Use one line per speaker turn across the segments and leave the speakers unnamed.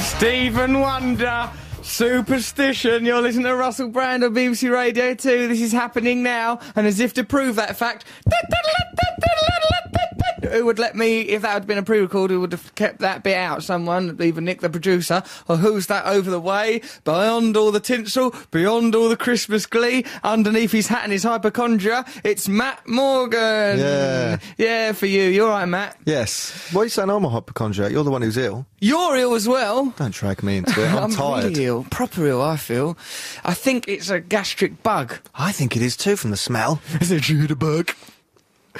Stephen Wonder, Superstition. You're listening to Russell Brand on BBC Radio 2. This is happening now, and as if to prove that fact, who would let me, if that had been a pre record, who would have kept that bit out? Someone, either Nick the producer, or who's that over the way? Beyond all the tinsel, beyond all the Christmas glee, underneath his hat and his hypochondria, it's Matt Morgan.
Yeah.
Yeah, for you. You're right, Matt.
Yes. Why are you saying I'm a hypochondriac? You're the one who's ill.
You're ill as well.
Don't drag me into it. I'm, tired.
really ill, proper ill. I feel. I think it's a gastric bug.
I think it is too from the smell.
Is it a bug?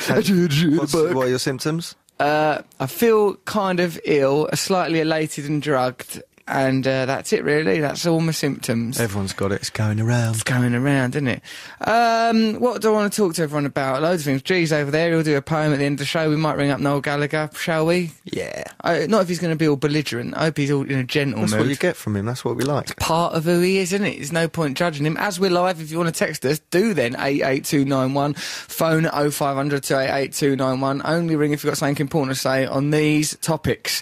What's, what are your symptoms?
Uh, I feel kind of ill, uh, slightly elated and drugged, and uh, that's it really. That's all my symptoms.
Everyone's got it. It's going around.
It's going around, isn't it? Um, what do I want to talk to everyone about? Loads of things. G's over there. He'll do a poem at the end of the show. We might ring up Noel Gallagher, shall we?
Yeah.
Uh, not if he's going to be all belligerent. I hope he's all in a gentle
That's
mood.
what you get from him. That's what we like.
part of who he is, isn't it? There's no point judging him. As we're live, if you want to text us, do then 88291, phone 0500 288291. Only ring if you've got something important to say on these topics.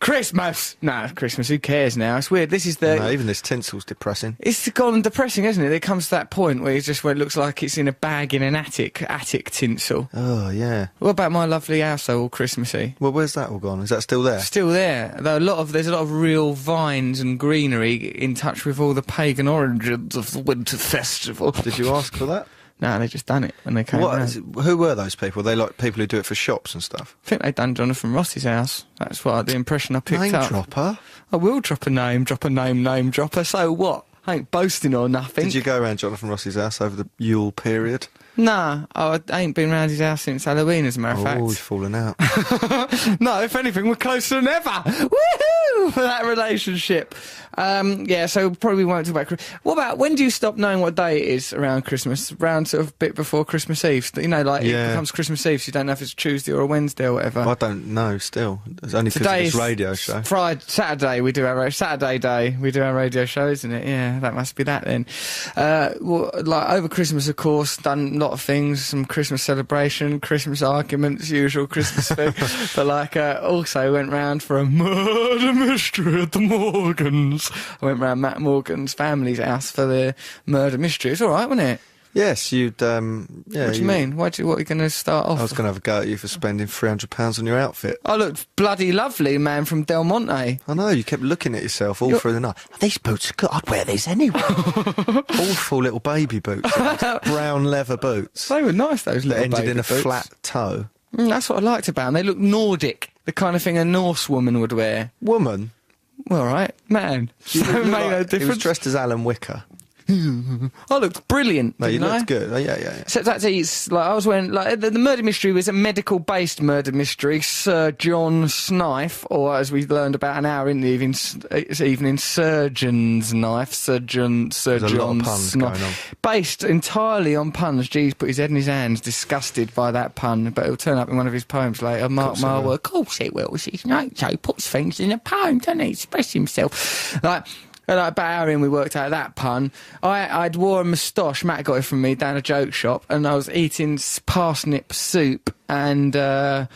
Christmas! No, Christmas, who cares now? It's weird. This is the.
No, even this tinsel's depressing.
It's gone depressing, hasn't it? It comes to that point where it's just where it looks like it's in a bag in an attic, attic tinsel.
Oh, yeah.
What about my lovely house, though, all Christmassy?
Well, where's that all gone? Is that still there?
Still there, though. A lot of there's a lot of real vines and greenery in touch with all the pagan origins of the winter festival.
Did you ask for that?
No, they just done it when they came.
What
round.
is it- who were those people? Were they like people who do it for shops and stuff?
I think they done Jonathan Ross's house. That's what the impression I picked
Name
up.
dropper.
I will drop a name, drop a name, name dropper. So what? I ain't boasting or nothing.
Did you go around Jonathan Ross's house over the Yule period?
Nah, I I ain't been round his house since Halloween, as a matter of
Oh, he's
fact.
fallen out.
no, if anything, we're closer than ever. Woohoo for that relationship. Um, yeah, so probably won't talk about. Chris- What about when do you stop knowing what day it is around Christmas? Around sort of bit before Christmas Eve. You know, like it
Yeah.
becomes Christmas Eve, so you don't know if it's a Tuesday or a Wednesday or whatever.
I don't know still. It's only because of
Today
this
is
radio show.
Friday, Saturday we do our ra- Saturday day we do our radio show, isn't it? Yeah, that must be that then. Uh, well, like over Christmas, of course, done a lot of things, some Christmas celebration, Christmas arguments, usual Christmas thing. but like, uh, also went round for a murder mystery at the Morgans. I went round Matt Morgan's family's house for the murder mystery. It's all right, wasn't it?
Yes, you'd. Um, yeah,
what do you mean? What, do, you- what are you going to start off?
I was going to have a go at you for spending three hundred pounds on your outfit.
I looked bloody lovely, man, from Del Monte.
I know you kept looking at yourself all
You're-
through the night. These boots are good. I'd wear these anyway. Awful little baby boots, brown leather boots
They were nice, those
that
little
ended in
baby
a
boots.
flat toe.
Mm, that's what I liked about them. They look Nordic, the kind of thing a Norse woman would wear.
Woman,
Well, all right, man.
you
So it
look
made no
like- He was
difference.
dressed as Alan Wicker.
I looked brilliant.
No, you
didn't I?
looked good. Oh, yeah, yeah, yeah.
Except that it's like I was wearing like the, the murder mystery was a medical based murder mystery. Sir John Snife, or as we learned about an hour in the evening, s- uh, this evening, surgeon's knife. Surgeon, Sir
There's a lot of
John
puns
Snife.
going on.
Based entirely on puns. G's put his head in his hands, disgusted by that pun, but it'll turn up in one of his poems later. Mark
it
my
will.
word. Of course it will. It's his nature. He puts things in a poem, doesn't he? Express himself. Like, and like about an hour in, we worked out that pun. I, I'd wore a moustache. Matt got it from me down a joke shop, and I was eating s- parsnip soup and uh,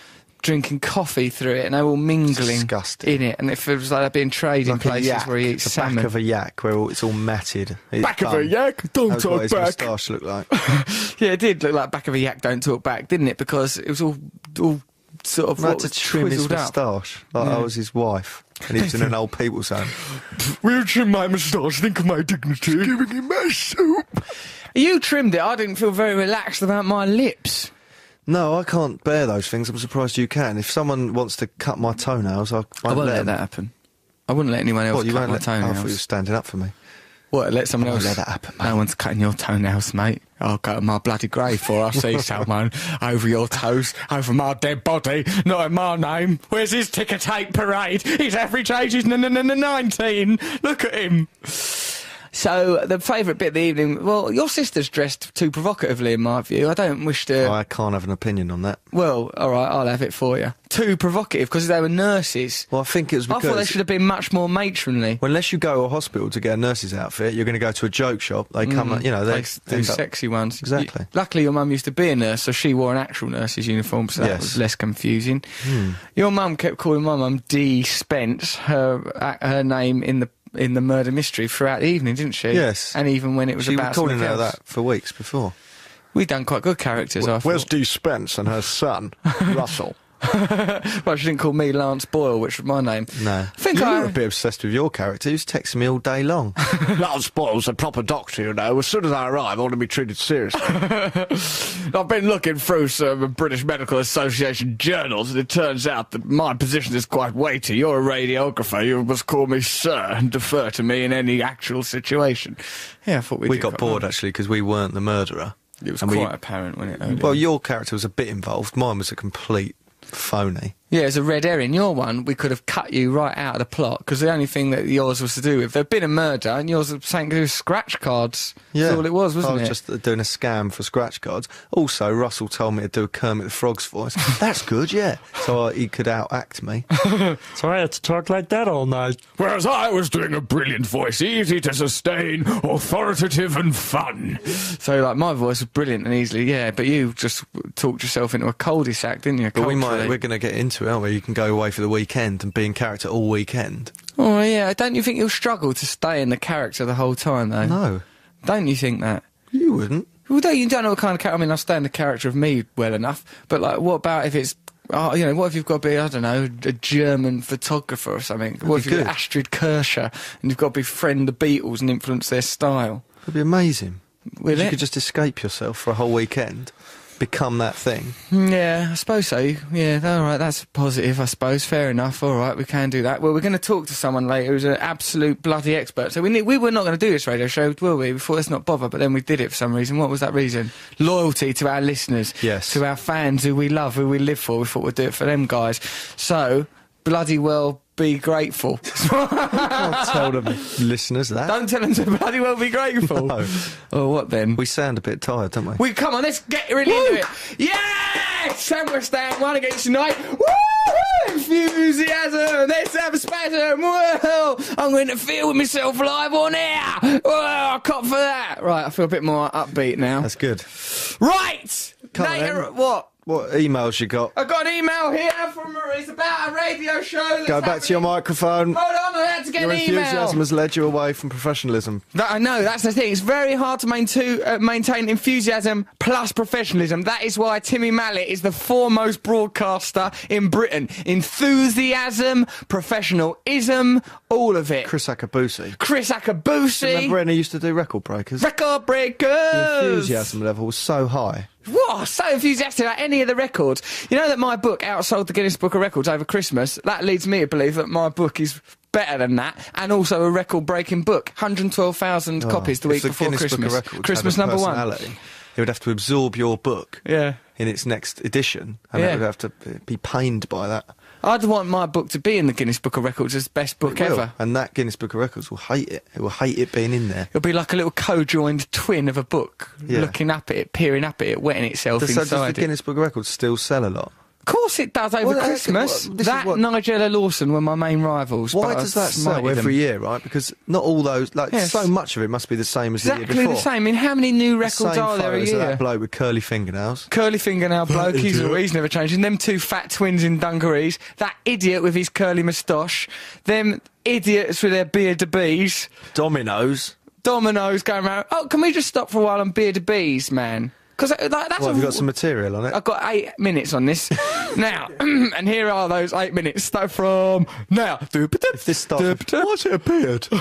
drinking coffee through it, and they were all mingling
Disgusting.
in it. And it feels like I'd been trading
Like a
places
yak,
where he eats
the
salmon.
back of a yak, where all- it's all matted. It's
Back of
done.
a yak, don't
That's
talk
what his
back.
moustache looked like.
yeah, it did look like back of a yak. Don't talk back, didn't it? Because it was all all sort of
I had
what
to
was
trim his
twizzled up.
moustache. Like I was his wife, and he was in an old people's home.
We'll trim my moustache, think of my dignity. giving him my soup. You trimmed it. I didn't feel very relaxed about my lips.
No, I can't bear those things. I'm surprised you can. If someone wants to cut my toenails, I won't,
I won't
let
let that happen. I wouldn't let anyone else
Well, you
cut
won't
my
let. oh, I
toenails.
thought you were standing up for me.
What? Let someone
I won't
else
let that happen,
No one's cutting your toenails, mate. I'll go to my bloody grave for I see someone over your toes, over my dead body, not in my name. Where's his ticker tape parade? His average age is n- n- n- 19. Look at him. So the favourite bit of the evening. Well, your sister's dressed too provocatively, in my view. I don't wish to.
I can't have an opinion on that.
Well, all right, I'll have it for you. Too provocative because they were nurses.
Well, I think it was
I
because.
thought they should have been much more matronly.
well, unless you go to a hospital to get a nurse's outfit, you're going to go to a joke shop. They come,
Mm.
you know, Oh, they
Like s- those
end up-
sexy ones.
Exactly.
You- luckily, your mum used to be a nurse, so she wore an actual nurse's uniform, so that
Yes. Hmm.
was less confusing. Your mum kept calling my mum D Spence, her uh, her name in the in the murder mystery throughout the evening, didn't she?
Yes.
And even when it was
She
about
was calling
something
her
else.
that for weeks before.
We'd done quite good characters. I
Where's
thought.
Dee Spence and her son, Russell?
well, she didn't call me Lance Boyle, which was my name.
No.
I think
you
I.
were a bit obsessed with your character. He was texting me all day long.
Lance Boyle's a proper doctor, you know. As soon as I arrive, I want to be treated seriously. I've been looking through some British Medical Association journals, and it turns out that my position is quite weighty. You're a radiographer. You must call me sir and defer to me in any actual situation.
Yeah, I thought we.
we
did
got
quite
bored, actually, because we weren't the murderer.
well. It was
And we-
quite apparent, wasn't it? earlier?
Well, your character was a bit involved. Mine was a complete phony.
Yeah, it's a red herring. Your one, we could have cut you right out of the plot because the only thing that yours was to do with there'd been a murder and yours was something to do with scratch cards. That's all it was, wasn't
I was
it?
just uh, doing a scam for scratch cards. Also, Russell told me to do a Kermit the Frog's voice. That's good, yeah. So uh, he could outact me.
So I had to talk like that all night.
Whereas I was doing a brilliant voice, easy to sustain, authoritative and fun.
So like my voice was brilliant and easily, yeah. But you just talked yourself into a cul-de-sac, didn't you?
But we might,
culturally?
we're going to get into it, aren't we? You can go away for the weekend and be in character all weekend.
Oh yeah. Don't you think you'll struggle to stay in the character the whole time though?
No,
Don't you think that?
you wouldn't.
Well, don't you don't know what kind of character. I mean, I stay in the character of me well enough, but like, what about if it's, oh, you know, what if you've got to be, I don't know, a German photographer or something? what if
be
you're
good.
Astrid Kirscher and you've got to befriend the Beatles and influence their style?
It'd be amazing.
Will
you
it?
could just escape yourself for a whole weekend, become that thing.
Yeah, I suppose so. Yeah, all right, that's positive, I suppose. Fair enough. All right, we can do that. Well, we're going to talk to someone later who's an absolute bloody expert. So we need, we were not going to do this radio show, were we? Before, let's not bother. But then we did it for some reason. What was that reason? Loyalty to our listeners.
Yes.
To our fans who we love, who we live for. We thought we'd do it for them guys. So, bloody well be grateful.
Can't tell them listeners that.
Don't tell them to bloody well be grateful.
No.
Or what then?
We sound a bit tired, don't we?
We come on, let's get really into it. Yes! Sandwich stand one against tonight. Woo! Enthusiasm! Let's have a spasm! Whoa! I'm going to feel with myself live on air! Whoa! I cop for that! Right, I feel a bit more upbeat now.
That's good.
right!
Come on
Later,
then.
what?
What emails you got?
I got an email here from it's about a radio show. that's
Go back to your
happening.
microphone.
Hold on, I had to get
Your
an email.
enthusiasm has led you away from professionalism.
That, I know, that's the thing. It's very hard to maintain, uh, maintain enthusiasm plus professionalism. That is why Timmy Mallet is the foremost broadcaster in Britain. Enthusiasm, professionalism, all of it. Chris,
Chris Akabusi.
Akabusi,
Remember when he used to do record breakers?
record breakers.
enthusiasm level was so high.
What? So enthusiastic about any of the records. You know that my book outsold the Guinness Book of Records over Christmas? That leads me to believe that my book is better than that and also a record breaking book. 112,000 copies the
If
week before
Oh, Guinness Book of
Christmas.
Records had a
Christmas number one.
personality, It would have to absorb your book
Yeah.
in its next edition, and
Yeah.
it would have to be pained by that.
I'd want my book to be in the Guinness Book of Records as best book
It will.
ever.
And that Guinness Book of Records will hate it. It will hate it being in there.
It'll be like a little co-joined twin of a book,
Yeah.
looking up at it, peering up at it, wetting itself
So does the
inside it.
Guinness Book of Records still sell a lot?
Of course it does over
Well, that's-
Christmas.
well, this is
that
what-
Nigella Lawson were my main rivals.
Why
but I
does that sell
smited them.
every year, right? Because not all those, like
Yes.
so much of it must be the same as the
Exactly
year before.
the same. I mean, how many new records
Same
are there a
photos of
year?
that bloke with curly fingernails.
Curly fingernail bloke, he's, he's never changing. Them two fat twins in dungarees, that idiot with his curly moustache, them idiots with their beard to bees,
Dominoes.
dominoes going around. Oh, can we just stop for a while on beer to bees, man? Because like, that's
Well,
a-
have you got some material on it?
I've got eight minutes on this now, and here are those eight minutes. Start from now. If
this starts with,
it a beard?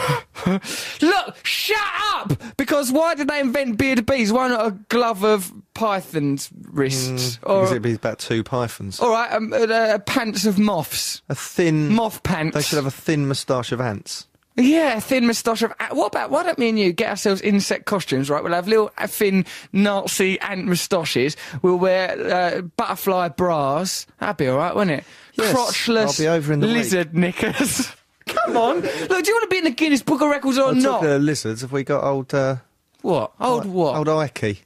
Look, shut up! Because why did they invent beard bees? Why not a glove of python's wrists?
Mm, Because
or
it'd be about two pythons.
all right, um, uh, uh, pants of moths,
a thin.
moth pants.
They should have a thin moustache of ants.
Yeah, thin moustache of. a- What about? Why don't me and you get ourselves insect costumes? Right, we'll have little uh, thin Nazi ant moustaches. We'll wear uh, butterfly bras. That'd be all right, wouldn't it?
Yes,
Crotchless
I'll be over in the
lizard knickers. Come Come on. Look, do you want to be in the Guinness Book of Records or
I took
not?
uh, lizards. Have we got old? Uh,
What? Old what?
Old Ikey.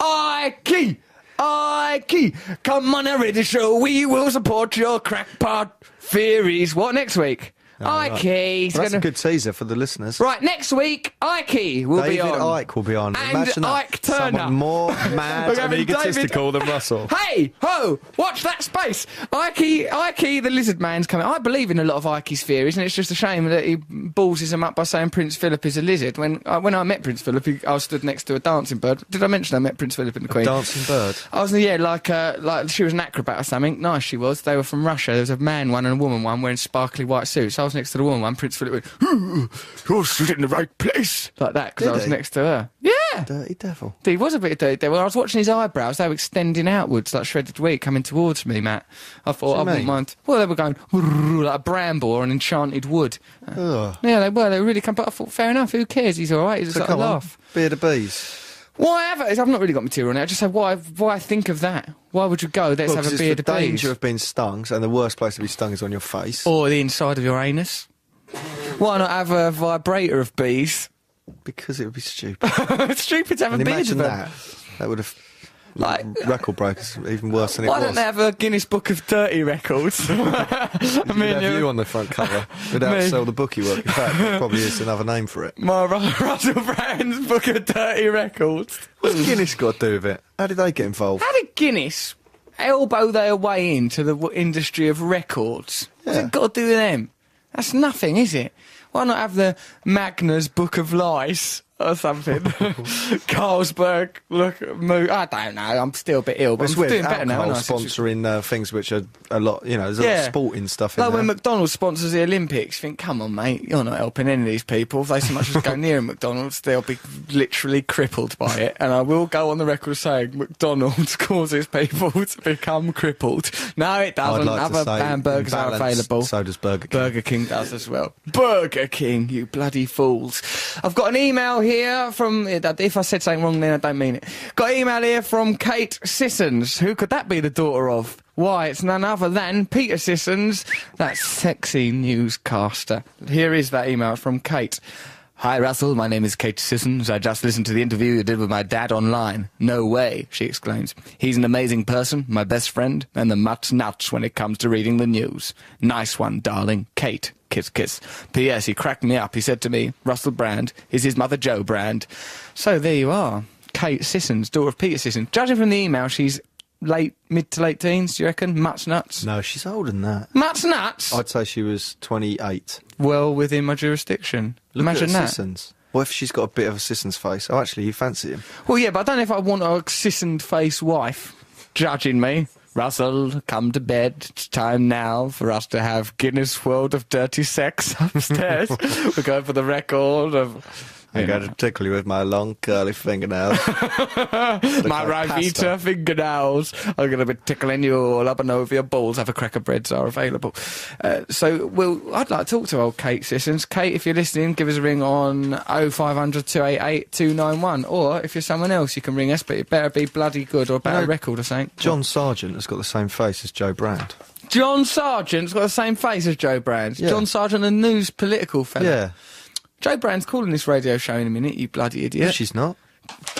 Ikey! Ikey! Come on a radio show, we will support your crackpot theories. What, next week?
right.
Ikey's
Well, that's
gonna...
a good teaser for the listeners.
Right, next week, Ikey will
David
be on.
Ike will be on.
And
Imagine that.
Ike Turner.
Someone more mad
We're
and
having
egotistical
David-
than Russell.
Hey, ho! Watch that space. Ikey, Ikey, the lizard man's coming. I believe in a lot of Ikey's theories, and it's just a shame that he ballses them up by saying Prince Philip is a lizard. When I, when I met Prince Philip, he, I was stood next to a dancing bird. Did I mention I met Prince Philip and the Queen?
Dancing bird.
I was yeah, like uh, like she was an acrobat or something. Nice she was. They were from Russia. There was a man one and a woman one wearing sparkly white suits. I was next to the woman one. Prince Philip went
Ooh, You're stood in the right place.
like that because I
Did
was
he?
next to her. Yeah,
Dirty devil.
he was a bit dirty there. When I was watching his eyebrows, they were extending outwards like shredded wheat coming towards me, Matt. I thought
do
I
you
wouldn't
mean?
mind. Well, they were going like a bramble or an enchanted wood. Uh,
Ugh.
Yeah, they were. They were really come. But I thought, fair enough. Who cares? He's all right. He's
So
just like
come
a
on.
laugh.
Beard of bees.
Why have I? I've not really got material on it. I just said, why? Why think of that? Why would you go? Let's
Well, 'cause
have a
it's
beard
the
of bees.
danger of being stung, and the worst place to be stung is on your face.
Or the inside of your anus. Why not have a vibrator of bees?
Because it would be stupid.
it's stupid to have
and
a beard
imagine
of them.
that. That would have.
Like-
record breakers, even worse than it
Why
was.
don't they have a Guinness Book of Dirty Records? I
You'd
mean,
have
you-
you on the front cover. Would
Me.
outsell the bookie work. In fact, there probably is another name for it.
my Ru- Russell Brand's Book of Dirty Records.
What's Guinness got to do with it? How did they get involved?
Mm. How did Guinness elbow their way into the w- industry of records? What's
Yeah.
it got to do with them? That's nothing, is it? Why not have the Magna's Book of Lies or something? Carlsberg, look, mo- I don't know. I'm still a bit ill, but
It's
I'm
weird.
doing better now.
Alcohol
aren't I, since we-
sponsoring uh, things which are a lot, you know, there's a lot of sporting stuff in
Like
there.
when McDonald's sponsors the Olympics, you think, come on, mate, you're not helping any of these people. If they so much as go near a McDonald's, they'll be literally crippled by it. And I will go on the record saying McDonald's causes people to become crippled. No, it
I'd
doesn't.
like to
Other
say
hamburgers
in
are
balance,
available.
So does Burger King.
Burger King does as well. Burger King, you bloody fools. I've got an email here from. If I said something wrong, then I don't mean it. Got an email here from Kate Sissons. Who could that be the daughter of? Why, it's none other than Peter Sissons, that sexy newscaster. Here is that email from Kate. Hi, Russell. My name is Kate Sissons. I just listened to the interview you did with my dad online. No way, she exclaims. He's an amazing person, my best friend, and the mutt's nuts when it comes to reading the news. Nice one, darling. Kate. Kiss, kiss. P.S. He cracked me up. He said to me, Russell Brand is his mother, Joe Brand. So there you are. Kate Sissons, daughter of Peter Sissons. Judging from the email, she's late, mid to late teens, do you reckon? Mutt's nuts.
No, she's older than that.
Mutt's nuts?
I'd say she was 28.
Well within my jurisdiction.
Look
Imagine
at
that.
Sissons. What if she's got a bit of a Sissons face? Oh, actually, you fancy him.
Well, yeah, but I don't know if I want a sissoned face wife judging me. Russell, come to bed. It's time now for us to have Guinness World of Dirty Sex upstairs. We're going for the record of
I'm going to tickle you with my long curly fingernails.
my
like
Rivita
pasta.
fingernails. I'm going to be tickling you all up and over your balls. Have a cracker breads are available. Uh, so, well, I'd like to talk to old Kate Sissons. Kate, if you're listening, give us a ring on 0500 288 291. Or if you're someone else, you can ring us, but it better be bloody good or about a
No.
record or something.
John Sargent has got the same face as Joe Brand.
John Sargent's got the same face as Joe Brand.
Yeah.
John Sargent, a news political fella.
Yeah.
Joe Brand's calling this radio show in a minute, you bloody
No,
idiot.
she's not.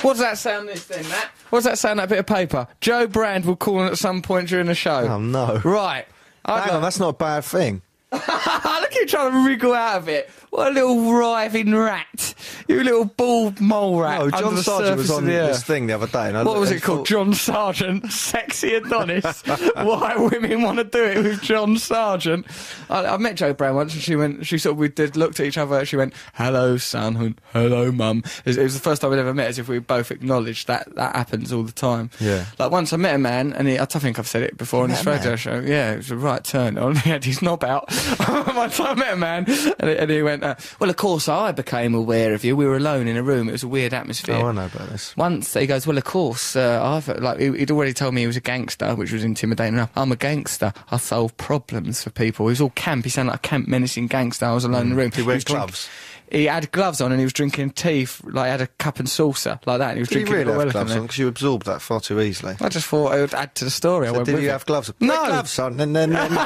What does that sound this then, Matt? What does that sound that bit of paper? Joe Brand will call in at some point during the show.
Oh, no.
Right. I'd
Hang on,
like-
that's not a bad thing.
Look at you trying to wriggle out of it. What a little writhing rat. You little bald mole rat.
No,
under
John
the
Sargent was
surface
on
of the
this
earth.
thing the other day. And I
What
looked
was
and
it called?
thought,
John Sargent, sexy Adonis. Why women want to do it with John Sargent? I, I met Jo Brown once, and she went. She sort of we did looked at each other. She went, "Hello, son," and "Hello, mum." It was, it was the first time we'd ever met, as if we both acknowledged that that happens all the time.
Yeah.
Like once I met a man, and he, I think I've said it before on this
met
radio
a man?
show. Yeah, it was a right turn on. He had his knob out. once I met a man, and, he- and he went, uh, "Well, of course, I became aware of you. We were alone in a room. It was a weird atmosphere."
Oh, I know about this.
Once he goes, well, of course, uh, I've like he- he'd already told me he was a gangster, which was intimidating enough. I'm a gangster. I solve problems for people. He was all camp. He sounded like a camp menacing gangster. I was alone in the room.
Did Mm. he wear
was drink-
gloves?
he had gloves on and he was drinking tea, f- like he had a cup and saucer like that, and he was
Did you
drinking
really
it all
have gloves
elegantly.
on? Because you absorbed that far too easily.
I just thought it would add to the story. I
So
went
did
with
you
it.
have gloves? on?
No.
Put gloves on, and then then-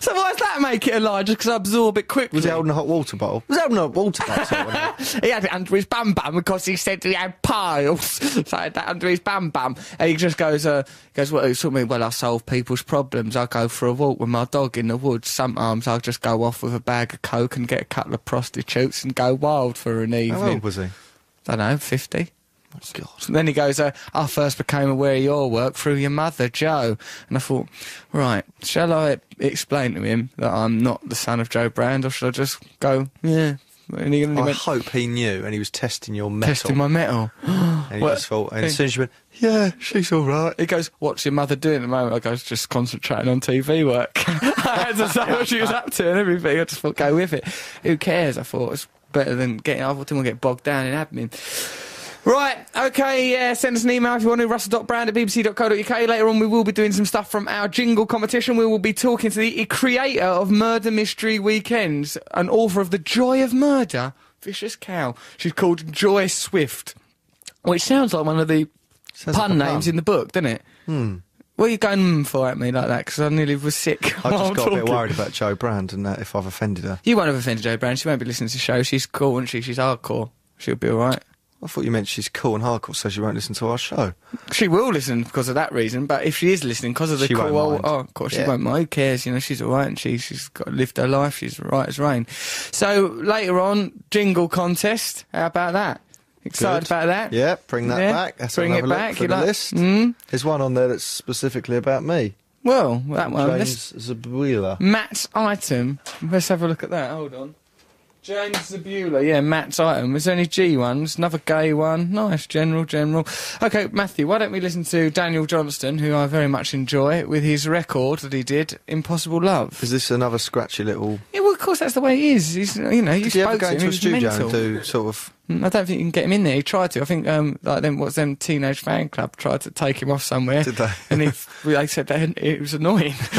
So why does that make it a lie? Just because I absorb it quickly.
was he holding a hot water bottle? Was he holding a hot water bottle? wasn't he?
He had it under his bum bum because he said he had piles. so he had that under his bum bum. And he just goes, uh, he goes, well, it's something, well, I solve people's problems. I go for a walk with my dog in the woods. Sometimes I'll just go off with a bag of coke and get a couple of prostitutes and go wild for an evening.
How old was he?
I don't know, 50.
God.
And then he goes, uh, I first became aware of your work through your mother, Joe. And I thought, right, shall I explain to him that I'm not the son of Joe Brand or should I just go, yeah? And he, and he
I
went,
hope he knew, and he was testing your metal.
testing my metal.
and he
Well,
just thought, and as soon as you went, yeah, she's all right.
He goes, What's your mother doing at the moment? I goes, Just concentrating on TV work. I had to say what she was up to and everything. I just thought, Go with it. Who cares? I thought it's better than getting, I didn't want to get bogged down in admin. Right, okay, yeah, send us an email if you want to, russell.brand at bbc.co.uk. Later on, we will be doing some stuff from our jingle competition. We will be talking to the creator of Murder Mystery Weekends and author of The Joy of Murder, Vicious Cow. She's called Joy Swift, which sounds like one of the
Sounds
pun
like a
names
pun.
in the book, doesn't it? Hmm. What are you going mm, for at me like that? Because I nearly was sick.
I
while
just got a bit
talking.
worried about Joe Brand and that if I've offended her.
You won't have offended Joe Brown. She won't be listening to the show. She's cool, won't she? She's hardcore. She'll be all right.
I thought you meant she's cool and hardcore, so she won't listen to our show.
She will listen because of that reason, but if she is listening because of the
She
cool,
won't mind.
oh, of course she
Yeah.
won't mind. Who cares? You know, she's all right, and she she's got lived her life. She's right as rain. So later on, jingle contest. How about that? Excited
Good.
about that?
Yeah, bring that
Yeah,
back. Let's
bring
have
it
a look
back,
for
you
the
like-
list.
Mm.
There's one on there that's specifically about me.
Well, that one. Let's
James Zabuila.
Matt's item. Let's have a look at that. Hold on. James Zabula, yeah, Matt's item. There's only G ones, another gay one. Nice, general, general. Okay, Matthew, why don't we listen to Daniel Johnston, who I very much enjoy, with his record that he did, Impossible Love.
Is this another scratchy little?
Yeah, well, of course, that's the way he is. He's, you know, you
Did he
spoke
ever go
to him.
into
He
a
was
studio
mental.
and do sort of?
Mm, I don't think you can get him in there. He tried to. I think um, like them, what's them teenage fan club tried to take him off somewhere.
Did they?
And he, they said that it was annoying.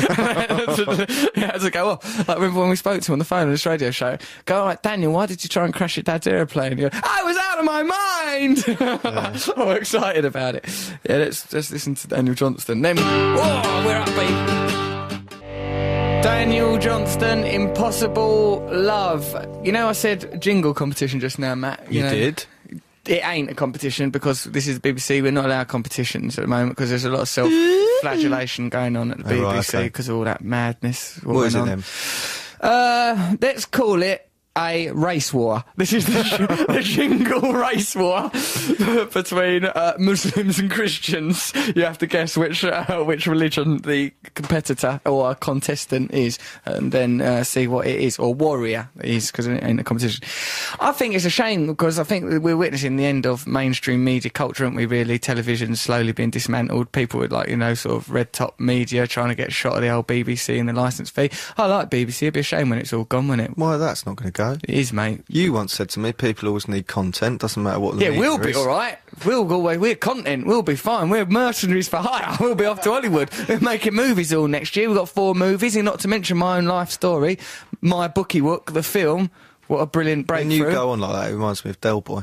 he had to go off. Like remember when we spoke to him on the phone on this radio show? Go, all right, Daniel, why did you try and crash your dad's aeroplane? And he went, I was out of my mind. I'm all excited about it. Yeah, let's just listen to Daniel Johnston. Then, oh, we're upbeat. Daniel Johnston, Impossible Love. You know, I said jingle competition just now, Matt. know, It ain't a competition because this is BBC. We're not allowed competitions at the moment because there's a lot of self flagellation going on at the
Oh, right,
BBC
okay.
because of all that madness.
What is it
went on.
then?
Uh, let's call it a race war. This is the, sh- the shingle race war between uh, Muslims and Christians. You have to guess which uh, which religion the competitor or contestant is, and then uh, see what it is or warrior it is because it ain't a competition. I think it's a shame because I think that we're witnessing the end of mainstream media culture, aren't we? Really, television slowly being dismantled. People with like you know sort of red top media trying to get shot of the old BBC and the license fee. I like BBC. It'd be a shame when it's all gone, wouldn't it?
Why that's not going to go.
It is, mate.
You once said to me, people always need content. Doesn't matter what. The
Yeah,
media
we'll be
is.
all right. We'll go away. We're content. We'll be fine. We're mercenaries for hire. We'll be off to Hollywood. We're making movies all next year. We've got four movies, and not to mention my own life story, my bookie book, the film. What a brilliant
When
breakthrough!
you go on like that, it reminds me of Del Boy.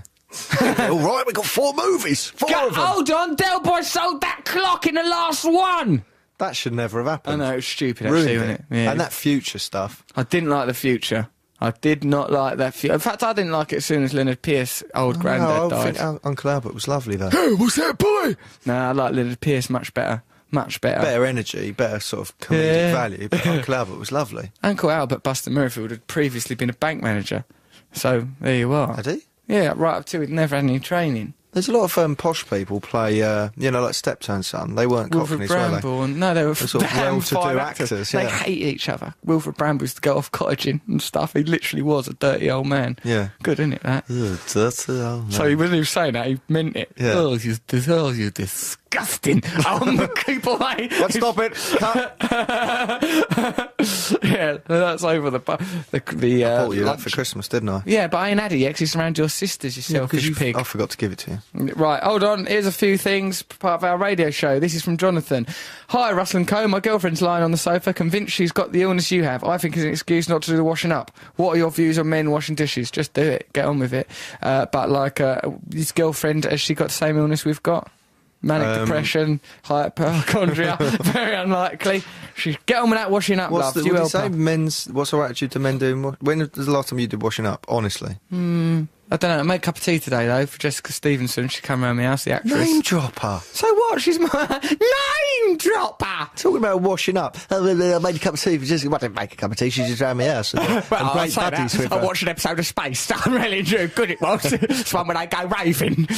all right, we've got four movies. Four
Go-
of them.
hold on, Del Boy sold that clock in the last one.
That should never have happened.
I know, it was stupid,
Ruined
actually, wasn't it? Yeah.
And that future stuff.
I didn't like the future. I did not like that future. In fact, I didn't like it as soon as Leonard Pierce, old granddad,
no, Oh, I
died.
think Un- Uncle Albert was lovely though.
what's that boy? No, I like Leonard Pierce much better. Much better.
better energy, better sort of comedic
Yeah.
value. But Uncle Albert was lovely.
Uncle Albert Buster Murrayfield had previously been a bank manager. So there you are.
Had he?
Yeah, right up to he'd never had any training.
There's a lot of um, posh people play, uh, you know, like Steptoe and Son. They weren't
Wilfred
Cockneys, were they?
Bramble and no, they were
They're sort of
damn
well-to-do
fine
actors,
They
yeah.
hate each other. Wilfred Bramble used to go off cottaging and stuff. He literally was a dirty old man.
Yeah.
Good, isn't it? That.
Ugh, dirty old
So
man.
he, when he was saying that, he meant it.
Yeah.
Oh, you, dis- oh, you disgusting. disgusting. I'm the people they.
Let's stop it. Cut.
yeah, that's over the bu- the the. Uh,
Bought you that
lunch-
for Christmas, didn't I?
yeah, but I ain't had it yet 'cause it's around your sisters, you selfish pig.
I forgot to give it to you.
Right, hold on. Here's a few things part of our radio show. This is from Jonathan. Hi, Russell and Co. My girlfriend's lying on the sofa, convinced she's got the illness you have. I think it's an excuse not to do the washing up. What are your views on men washing dishes? Just do it. Get on with it. Uh, but like uh, his girlfriend, has she got the same illness we've got? Manic
Um,
depression, hypochondria. very unlikely. She get on with that washing up, love.
What's the,
you
what do you
help
say?
her.
Men's. What's our attitude to men doing? wa- When was the last time you did washing up? Honestly,
Mm. I don't know. I made a cup of tea today though for Jessica Stevenson. She came round my house, the actress.
name dropper.
So what? She's my name dropper.
Talking about washing up. Oh, I made a cup of tea. For Jessica. Well, I didn't make a cup of tea. She just ran me house. And,
Well,
and
I,
great
say
buddies
that.
with
I
her.
watched an episode of Space. I really do. Good it was. it's one when I go raving.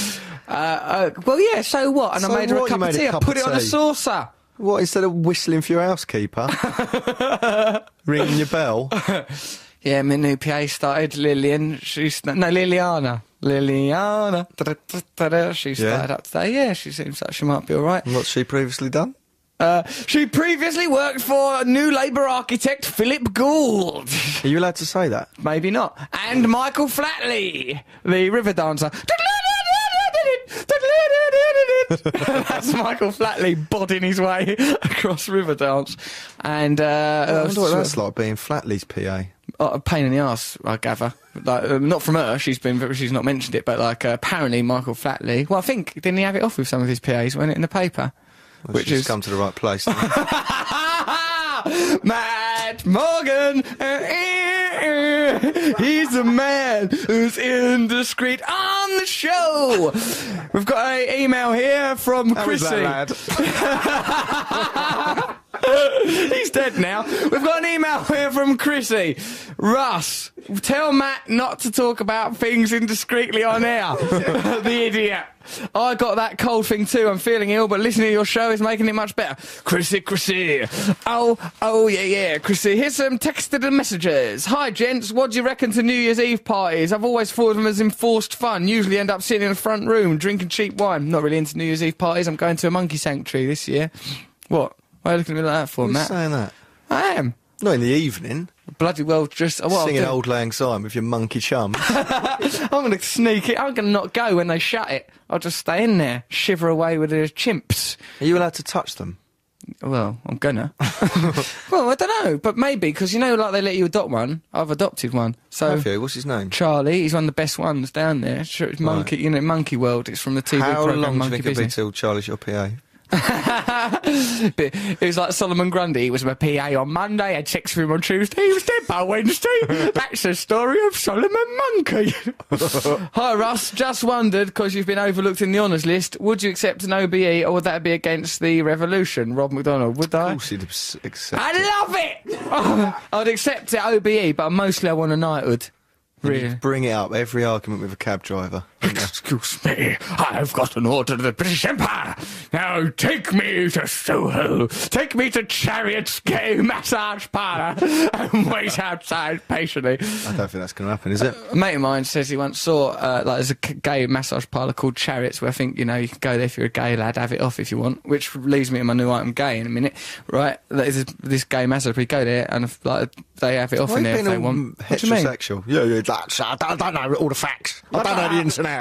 Uh, uh, well, yeah. So what? And
So
I made her a
what? You
cup of
made a
tea. I
cup
put
of
it on a
tea.
saucer.
What instead of whistling for your housekeeper, ringing your bell?
Yeah, my new PA started. Lillian. She's no Liliana. Liliana. Da-da-da-da-da. She started up today. Yeah, she seems like she might be all right.
What's she previously done?
Uh, she previously worked for New Labour architect Philip Gould.
Are you allowed to say that?
Maybe not. And Michael Flatley, the river dancer. That's Michael Flatley bodding his way across Riverdance. And, uh,
I wonder what
uh,
that's like being Flatley's PA.
uh, a pain in the ass, I gather. Like, uh, not from her, she's been, she's not mentioned it, but like, uh, apparently Michael Flatley, well, I think, didn't he have it off with some of his PAs, wasn't it, in the paper?
Well,
Which
she's
is-
come to the right place.
Matt Morgan. He's the man who's indiscreet on the show. We've got an email here from
is
Chrissy.
that lad?
He's dead now. We've got an email here from Chrissy. Russ, tell Matt not to talk about things indiscreetly on air. the idiot. I got that cold thing too. I'm feeling ill, but listening to your show is making it much better. Chrissy, Chrissy. Oh, oh, yeah, yeah, Chrissy. Here's some texted and messages. Hi, gents. What do you reckon to New Year's Eve parties? I've always thought of them as enforced fun. Usually end up sitting in a front room drinking cheap wine. Not really into New Year's Eve parties. I'm going to a monkey sanctuary this year. What? Why are you looking at me like that for,
Who's
Matt?
saying that?
I am.
Not in the evening.
Bloody well, just well, I'll
singing
do-
Old Lang Syne with your monkey chum.
I'm going to sneak it. I'm going to not go when they shut it. I'll just stay in there, shiver away with the chimps.
Are you allowed to touch them?
Well, I'm gonna. well, I don't know, but maybe because you know, like they let you adopt one. I've adopted one. So
Have you? What's his name?
Charlie, he's one of the best ones down there. Sure, it's monkey, you know, Monkey World. It's from the TV
How
program
long do you
Monkey
think it'll be
Business.
till Charlie's your PA?
But it was like Solomon Grundy. He was my PA on Monday. I had sex with him on Tuesday. He was dead by Wednesday. That's the story of Solomon Monkey. Hi, Russ. Just wondered, because you've been overlooked in the honours list, would you accept an OBE or would that be against the revolution? Rob McDonald, would
Of
I?
course he'd abs- accept
I
it.
love it! I'd accept it OBE, E, but mostly I want a knighthood. Really?
Bring it up every argument with a cab driver.
Excuse me, I've got an order to the British Empire. Now take me to Soho.
Take me to Chariot's Gay Massage Parlour and wait outside patiently.
I don't think that's going to happen, is it?
A mate of mine says he once saw uh, like there's a c- gay massage parlour called Chariots where I think you know you can go there if you're a gay lad, have it off if you want, which leads me to my new item gay in a minute, right? There's this, this gay massage we go there and if, like they have it off
Why
in
you
there if
being
they
all
want. What do you mean?
heterosexual? Yeah, yeah, that's, I, don't, I don't know all the facts. I don't know the ins and outs.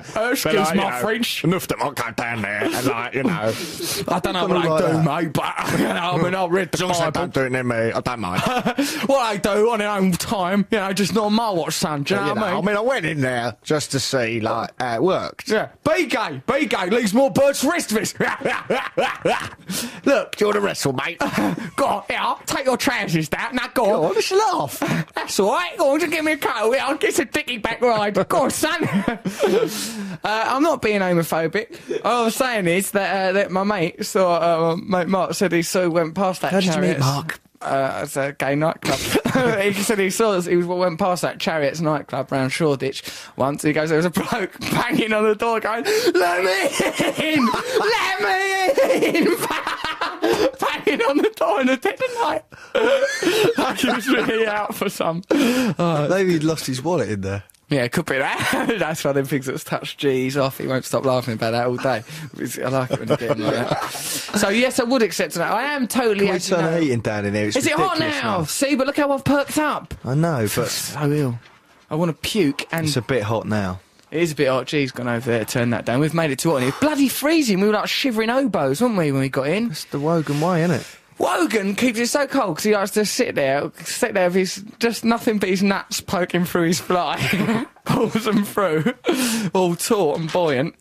Excuse
uh, you
my
know,
French.
Enough that I go down there and like you know.
I don't know
People
what I do,
like
mate, but you know, I mean I read
As
the
long as I
Bible.
don't do it near me, I don't mind.
what I do on their own time, you know, just not on my watch, son. Do you know
You know,
what I mean?
I went in there just to see like how it worked.
Yeah, be gay, be gay, leaves more birds for rest of us. Look,
Look, do you want to wrestle, mate?
Go on, yeah, take your trousers down. Now go on. let's laugh. That's all right. Go on, just give me a coat. Yeah, I'll get some dicky back ride. go on, son. uh, I'm not being homophobic. All I'm saying is that, uh, that my mate saw, uh, my mate Mark said he saw went past that
How did you meet
Chariots.
Mark?
Uh, it's a gay nightclub. he said he saw us, he was, went past that Chariots nightclub round Shoreditch once. He goes, there was a bloke banging on the door going, let me in! Let me in! banging on the door in the dead of night. like he was really out for some. Uh,
Maybe he'd lost his wallet in there.
Yeah, it could be that. That's one of them things that's touched G's off. He won't stop laughing about that all day. It's- I like it when you get him like that. So, yes, I would accept that. I am totally.
Can we
as you
turn
know-
the heating down in here? It's
Is it hot
ridiculous
now? See, but look how I've perked up.
now. I know, but
So ill. I want to puke and
it's a bit hot now.
It is a bit hot. G's gone over there to turn that down. We've made it too hot. And it was bloody freezing. We were like shivering oboes, weren't we, when we got in?
It's the Wogan way, isn't it?
Wogan keeps it so cold because he likes to sit there, sit there with his just nothing but his nuts poking through his fly, pulls them through, all taut and buoyant.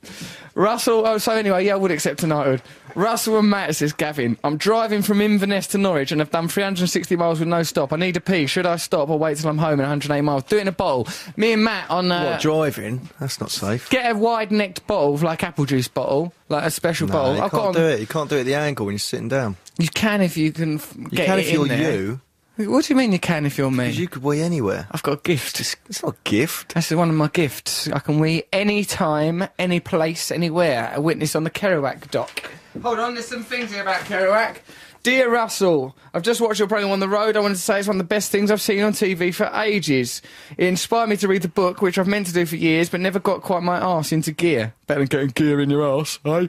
Russell, oh, so anyway, yeah, I would accept tonight. Russell and Matt says, Gavin, I'm driving from Inverness to Norwich and I've done 360 miles with no stop. I need a pee. Should I stop or wait till I'm home in 180 miles? Do it in a bottle. Me and Matt on. Uh,
what driving? That's not safe.
get a wide necked bottle, like apple juice bottle, like a special
No,
bottle.
you
I've
can't
got
do
'em-
it. You can't do it at the angle when you're sitting down.
You can if you can f-
You
get
can
it
if you're
in there.
you,
What do you mean you can if you're
'cause
me?
you could wee anywhere.
I've got a gift.
It's not a gift.
That's one of my gifts. I can wee any time, any place, anywhere. A witness on the Kerouac doc. Hold on, there's some things here about Kerouac. Dear Russell, I've just watched your program on the road. I wanted to say it's one of the best things I've seen on TV for ages. It inspired me to read the book, which I've meant to do for years, but never got quite my arse into gear. Better than getting gear in your arse, eh?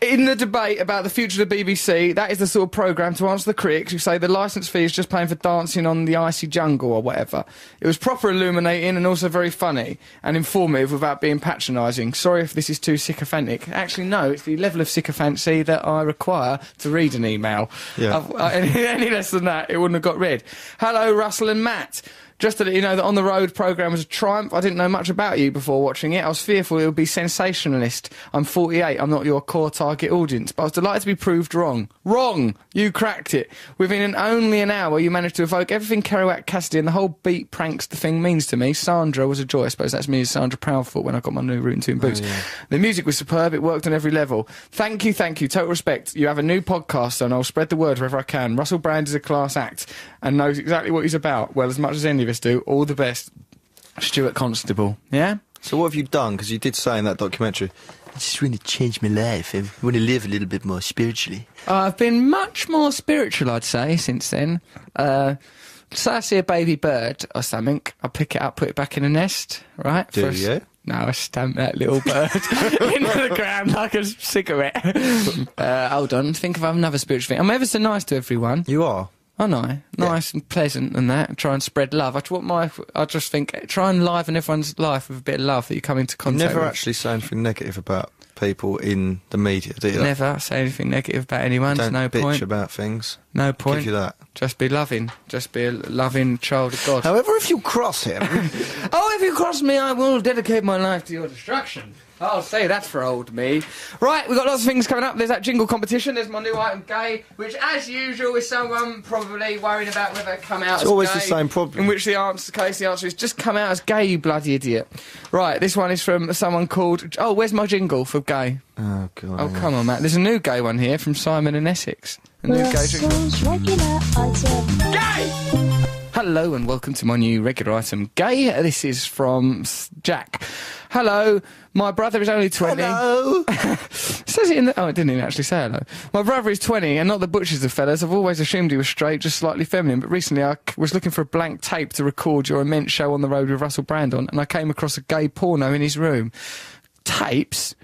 In the debate about the future of the BBC, that is the sort of programme to answer the critics who say the licence fee is just paying for dancing on the icy jungle or whatever. It was proper illuminating and also very funny and informative without being patronising. Sorry if this is too sycophantic. Actually, no, it's the level of sycophancy that I require to read an email.
Yeah.
I've- I- Uh, any, any less than that, it wouldn't have got read. Hello, Russell and Matt. Just to let you know that On the Road programme was a triumph. I didn't know much about you before watching it. I was fearful it would be sensationalist. I'm 48, I'm not your core target audience, but I was delighted to be proved wrong. Wrong! You cracked it. Within an, only an hour, you managed to evoke everything Kerouac Cassidy and the whole beat pranks the thing means to me. Sandra was a joy, I suppose. That's me as Sandra Proudfoot when I got my new Route and Tune boots. The music was superb, it worked on every level. Thank you, thank you. Total respect. You have a new podcast, and I'll spread the word wherever I can. Russell Brand is a class act and knows exactly what he's about. Well, as much as any of us do, all the best. Stuart Constable. Yeah?
So what have you done? Because you did say in that documentary, I just want to change my life. I want to live a little bit more spiritually.
I've been much more spiritual, I'd say, since then. Uh, so I see a baby bird or something, I pick it up, put it back in the nest, right?
Do
For a s-
you?
No, I stamp that little bird into the ground like a cigarette. uh, hold on, think of another spiritual thing. I'm ever so nice to everyone,
You are.
aren't I? Nice and pleasant and that. Try and spread love. I, t- what my, I just think, try and liven everyone's life with a bit of love that you come into
You
contact
never
with.
actually say anything negative about people in the media, do you?
Never say anything negative about anyone. There's
Don't
no
bitch
point.
about things.
No point.
Give you that.
Just be loving. Just be a loving child of God.
However, if you cross him,
Oh, if you cross me, I will dedicate my life to your destruction. I'll say that for old me. Right, we've got lots of things coming up. There's that jingle competition. There's my new item, gay, which, as usual, is someone probably worried about whether it come out.
It's
as
always the
gay,
same problem.
In which the answer case, the answer is just come out as gay, you bloody idiot. Right, this one is from someone called. Oh, where's my jingle for gay?
oh god,
Oh, come on, Matt. There's a new gay one here from Simon in Essex. A new gay jingle.
Russell's regular item.
Hello and welcome to my new regular item, Gay. This is from S- Jack. Hello, my brother is only 20.
Hello.
It says it in the. Oh, it didn't even actually say hello. My brother is 20 and not the butchers of fellas. I've always assumed he was straight, just slightly feminine, but recently I c- was looking for a blank tape to record your immense show on the road with Russell Brand on, and I came across a gay porno in his room. Tapes?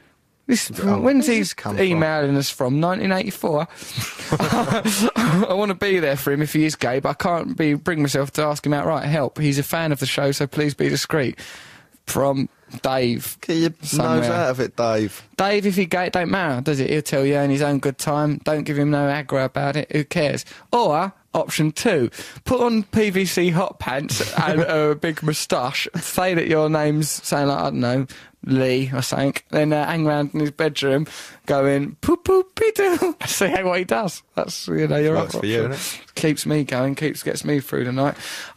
This,
Oh,
when's
where's
he
this come from?
emailing us from? 1984. I want to be there for him if he is gay, but I can't be bring myself to ask him outright help. He's a fan of the show, so please be discreet. From Dave.
Get your
Somewhere.
nose out of it, Dave.
Dave, if he gay, it don't matter, does it? He'll tell you in his own good time. Don't give him no aggro about it. Who cares? Or option two, put on PVC hot pants and a big moustache. Say that your name's saying like I don't know Lee or something. Then uh, hang around in his bedroom, going poop poop pee doo. See how what he does. That's you know your
Works
other
for you,
option.
innit?
Keeps me going, keeps gets me through the night.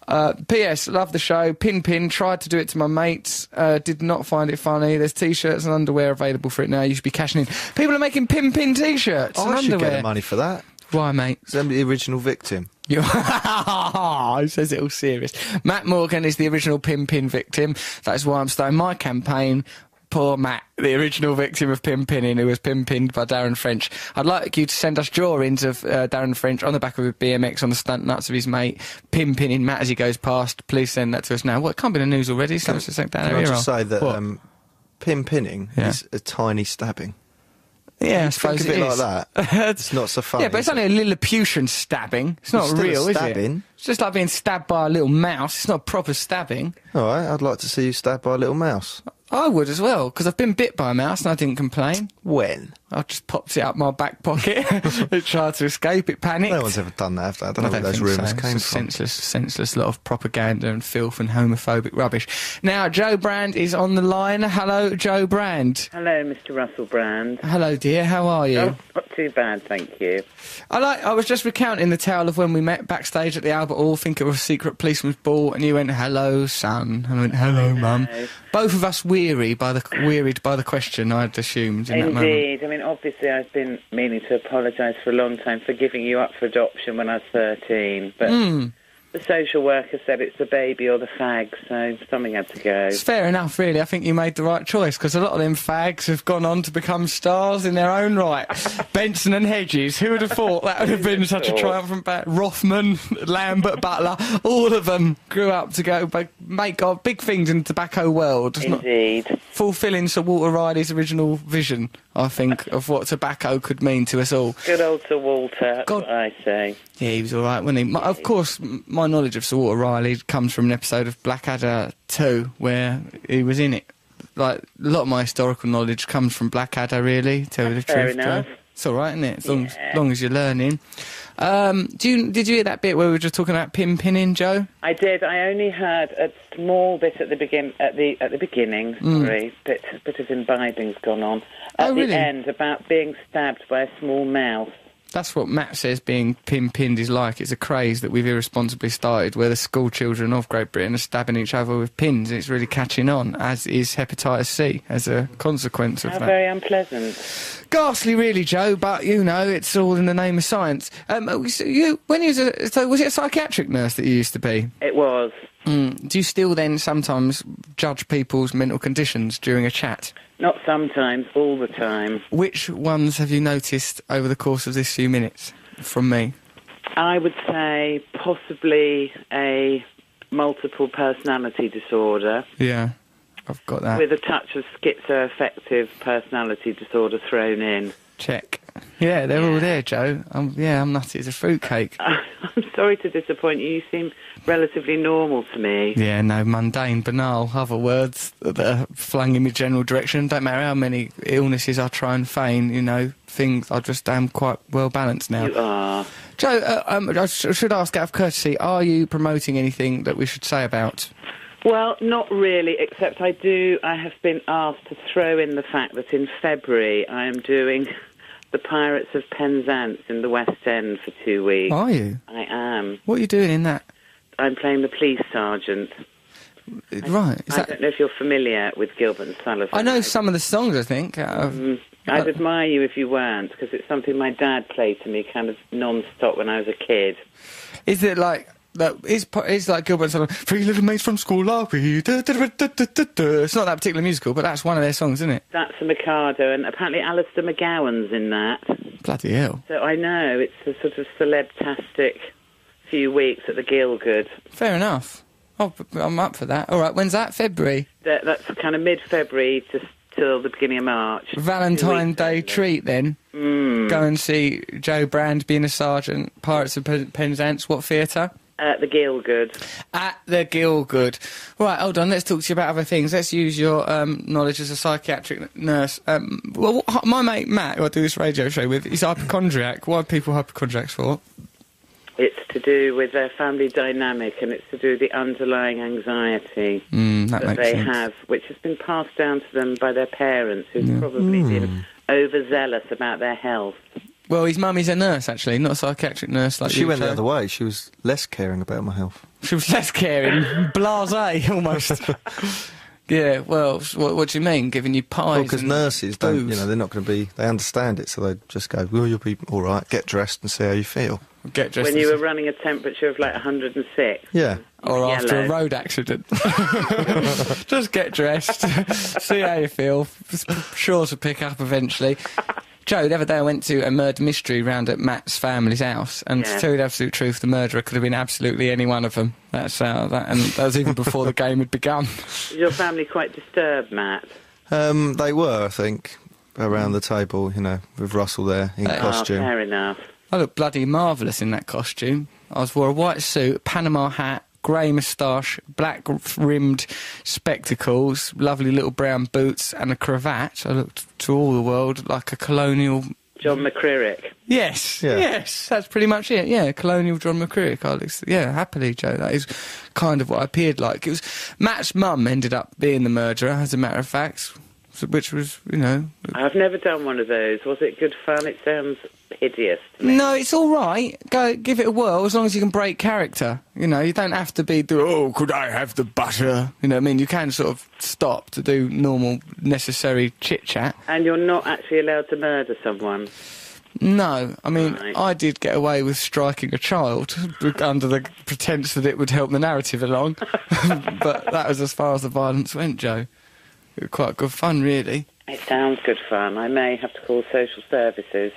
Uh, P.S. Love the show. Pin pin. Tried to do it to my mates. Uh, did not find it funny. There's t-shirts and underwear available for it now. You should be cashing in. People are making pin pin t-shirts and
I should
underweer.
get the money for that.
Why, mate?
Is that the original victim?
You he says it all serious. Matt Morgan is the original pin pin victim. That's why I'm starting my campaign. poor Matt, the original victim of pin pinning, who was pin pinned by Darren French. I'd like you to send us drawings of uh, Darren French on the back of a BMX on the stunt nuts of his mate, pin pinning Matt as he goes past. Please send that to us now. Well, it can't be the news already, so let's just take that
Can I
area
just
off.
say that
What?
um, pin pinning
Yeah.
is a tiny stabbing.
yeah, I
Think
suppose
of it,
it is.
like that. It's not so funny.
Yeah, but it's
is it?
only a Lilliputian stabbing. It's not
It's still a
real, is it?
stabbing.
It's just like being stabbed by a little mouse. It's not proper stabbing.
All right, I'd like to see you stabbed by a little mouse.
I would as well, because I've been bit by a mouse and I didn't complain.
When?
I just popped it up my back pocket. it tried to escape. It panicked.
No one's ever done that. Have they? I don't know where
I don't
those
think
rumours
so.
came
It's a
from.
Senseless, senseless lot of propaganda and filth and homophobic rubbish. Now, Joe Brand is on the line. Hello, Joe Brand.
Hello, Mr. Russell Brand.
Hello, dear. How are you?
Oh, not too bad, thank you.
I like. I was just recounting the tale of when we met backstage at the Albert Hall. Think it was a secret policeman's ball, and you went, "Hello, son," and I went, "Hello, mum." Both of us weary by the wearied by the question. I'd assumed in that moment.
Indeed. I mean, obviously, I've been meaning to apologise for a long time for giving you up for adoption when I was 13, but
Hmm.
the social worker said it's the baby or the fag, so something had to go.
It's fair enough, really. I think you made the right choice because a lot of them fags have gone on to become stars in their own right. Benson and Hedges, who would have thought that would have been such a triumphant bat? Rothman, Lambert, Butler, all of them grew up to go but make God, big things in the tobacco world. It's not
Indeed.
fulfilling Sir Walter Riley's original vision, I think, of what tobacco could mean to us all.
Good old Sir Walter, that's
God.
what I say.
Yeah, he was all right, wasn't he? My, of course, m- my knowledge of Sir Walter Riley comes from an episode of Blackadder 2 where he was in it. Like, a lot of my historical knowledge comes from Blackadder, really, tell you the
Fair
truth.
enough.
Joe. It's all right, isn't it? As long,
Yeah.
as, long as you're learning. Um, do you, did you hear that bit where we were just talking about pin pinning, Joe?
I did. I only heard a small bit at the begin at the at the beginning. Sorry, bit bit of imbibing's gone on
Hmm. Oh,
at the
really?
end about being stabbed by a small mouse.
That's what Matt says being pin pinned is like. It's a craze that we've irresponsibly started where the school children of Great Britain are stabbing each other with pins and it's really catching on, as is hepatitis C as a consequence of
How
that.
very unpleasant.
ghastly, really, Joe. But you know, it's all in the name of science. Um, uh, so you, when you was a, so was it a psychiatric nurse that you used to be?
It was.
Mm. Do you still then sometimes judge people's mental conditions during a chat?
Not sometimes, all the time.
Which ones have you noticed over the course of this few minutes from me?
I would say possibly a multiple personality disorder
Yeah, I've got that.
with a touch of schizoaffective personality disorder thrown in.
Check. Yeah, they're all there, Joe. Um, yeah, I'm nutty as a fruitcake.
I'm sorry to disappoint you. You seem relatively normal to me.
Yeah, no, mundane, banal, other words that are flung in my general direction. Don't matter how many illnesses I try and feign, you know, things, I just am quite well balanced now.
You are.
Joe, uh, um, I sh- should ask out of courtesy, are you promoting anything that we should say about?
Well, not really, except I do. I have been asked to throw in the fact that in February I am doing the Pirates of Penzance in the West End for two weeks.
Are you?
I am.
What are you doing in that?
I'm playing the police sergeant.
right, is
I
that.
don't know if you're familiar with Gilbert and Sullivan.
I know some of the songs, I think. Uh,
I'd admire you if you weren't, because it's something my dad played to me kind of non-stop when I was a kid.
Is it like that? Is po- is like Gilbert and Sullivan? Three little mates from school are we? Da, da, da, da, da, da, da. It's not that particular musical, but that's one of their songs, isn't it?
That's a Mikado, and apparently Alistair McGowan's in that.
Bloody hell!
So I know it's a sort of celeb-tastic few weeks at the Gilgood.
Fair enough. Oh, b- I'm up for that. All right, when's that? February.
That, that's kind of mid-February to, till the beginning of March. Two
Valentine
weeks
Day
only.
treat then. Go and see Joe Brand being a sergeant, Pirates of Pen- Penzance, what theatre?
At the Gilgood.
At the Gilgood. Right, hold on, let's talk to you about other things. Let's use your um, knowledge as a psychiatric n- nurse. Um, well, wh- my mate Matt, who I do this radio show with, is hypochondriac. Why are people hypochondriacs for?
It's to do with their family dynamic, and it's to do with the underlying anxiety.
Mm, that
that
makes
they
sense.
have, which has been passed down to them by their parents, who've probably been overzealous about their health.
Well, his mum is a nurse, actually, not a psychiatric nurse like
She
you,
went the
Joe.
other way. She was less caring about my health.
She was less caring, blasé almost. Yeah, well, s- what, what do you mean? Giving you pies?
because
and
nurses don't, you
booze?
know, they're not going to be, they understand it, so they just go, well, you'll be all right, get dressed and see how you feel.
Get dressed
When you were
as-
running a temperature of like 106.
Yeah.
or after a
yellow.
road accident. Just get dressed, see how you feel. It's sure to pick up eventually. Joe, the other day I went to a murder mystery round at Matt's family's house, and to
Yeah.
tell you the absolute truth, the murderer could have been absolutely any one of them. That's how that, and that was even before the game had begun.
Was your family quite disturbed, Matt?
Um, they were, I think, around the table, you know, with Russell there in
Uh,
Ah,
costume.
fair enough.
I looked bloody marvellous in that costume. I was wore a white suit, Panama hat, grey moustache, black rimmed spectacles, lovely little brown boots, and a cravat. I looked to all the world like a colonial.
John
Mm.
McCririck.
Yes,
Yeah.
yes, that's pretty much it. Yeah, colonial John McCrick. I looked, yeah, happily, Joe. That is kind of what I appeared like. It was Matt's mum ended up being the murderer, as a matter of fact, so- which was, you know,
I've never done one of those. Was it good fun? It sounds hideous. to me.
No, it's all right. Go give it a whirl as long as you can break character. You know, you don't have to be do oh, could I have the butter? You know, what I mean, you can sort of stop to do normal, necessary chit chat.
And you're not actually allowed to murder someone.
No, I mean,
Right.
I did get away with striking a child b- under the pretense that it would help the narrative along, but that was as far as the violence went, Joe. It was quite good fun, really.
It sounds good fun. I may have to call social services.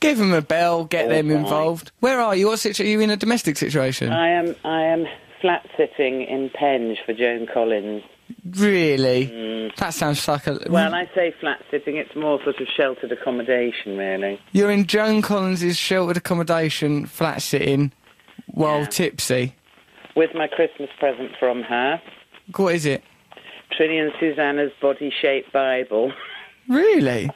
Give them a bell, get
Oh,
them
my.
involved. Where are you? What situ- Are you in a domestic situation?
I am I am flat sitting in Penge for Joan Collins.
really? That sounds like a
mm. Well, I say flat sitting, it's more sort of sheltered accommodation, really.
You're in Joan Collins's sheltered accommodation, flat sitting, while
Yeah.
tipsy.
With my Christmas present from her,
What is it?
Trini and Susanna's body shape Bible.
Really?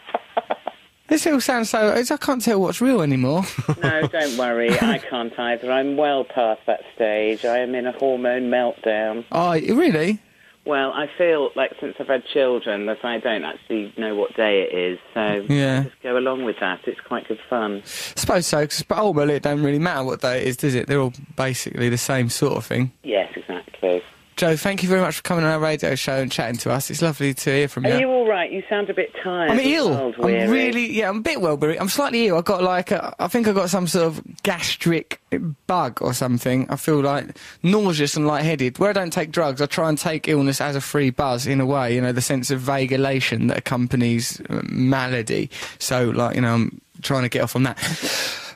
this all sounds so. it's- I can't tell what's real anymore.
No, don't worry, I can't either. I'm well past that stage. I am in a hormone meltdown.
oh, really?
Well, I feel like since I've had children that I don't actually know what day it is, so
Yeah.
just go along with that. It's quite good fun.
I suppose so. 'cause- but ultimately, it don't really matter what day it is, does it? They're all basically the same sort of thing.
Yes, exactly.
Joe, thank you very much for coming on our radio show and chatting to us. It's lovely to hear from
Are you all right? You sound a bit tired.
I'm
and
ill.
world-weary.
I'm really, yeah, I'm a bit well buried. I'm slightly ill. I got like, a, I think I got some sort of gastric bug or something. I feel like nauseous and lightheaded. Where I don't take drugs, I try and take illness as a free buzz in a way, you know, the sense of vague elation that accompanies uh, malady. So, like, you know, I'm trying to get off on that.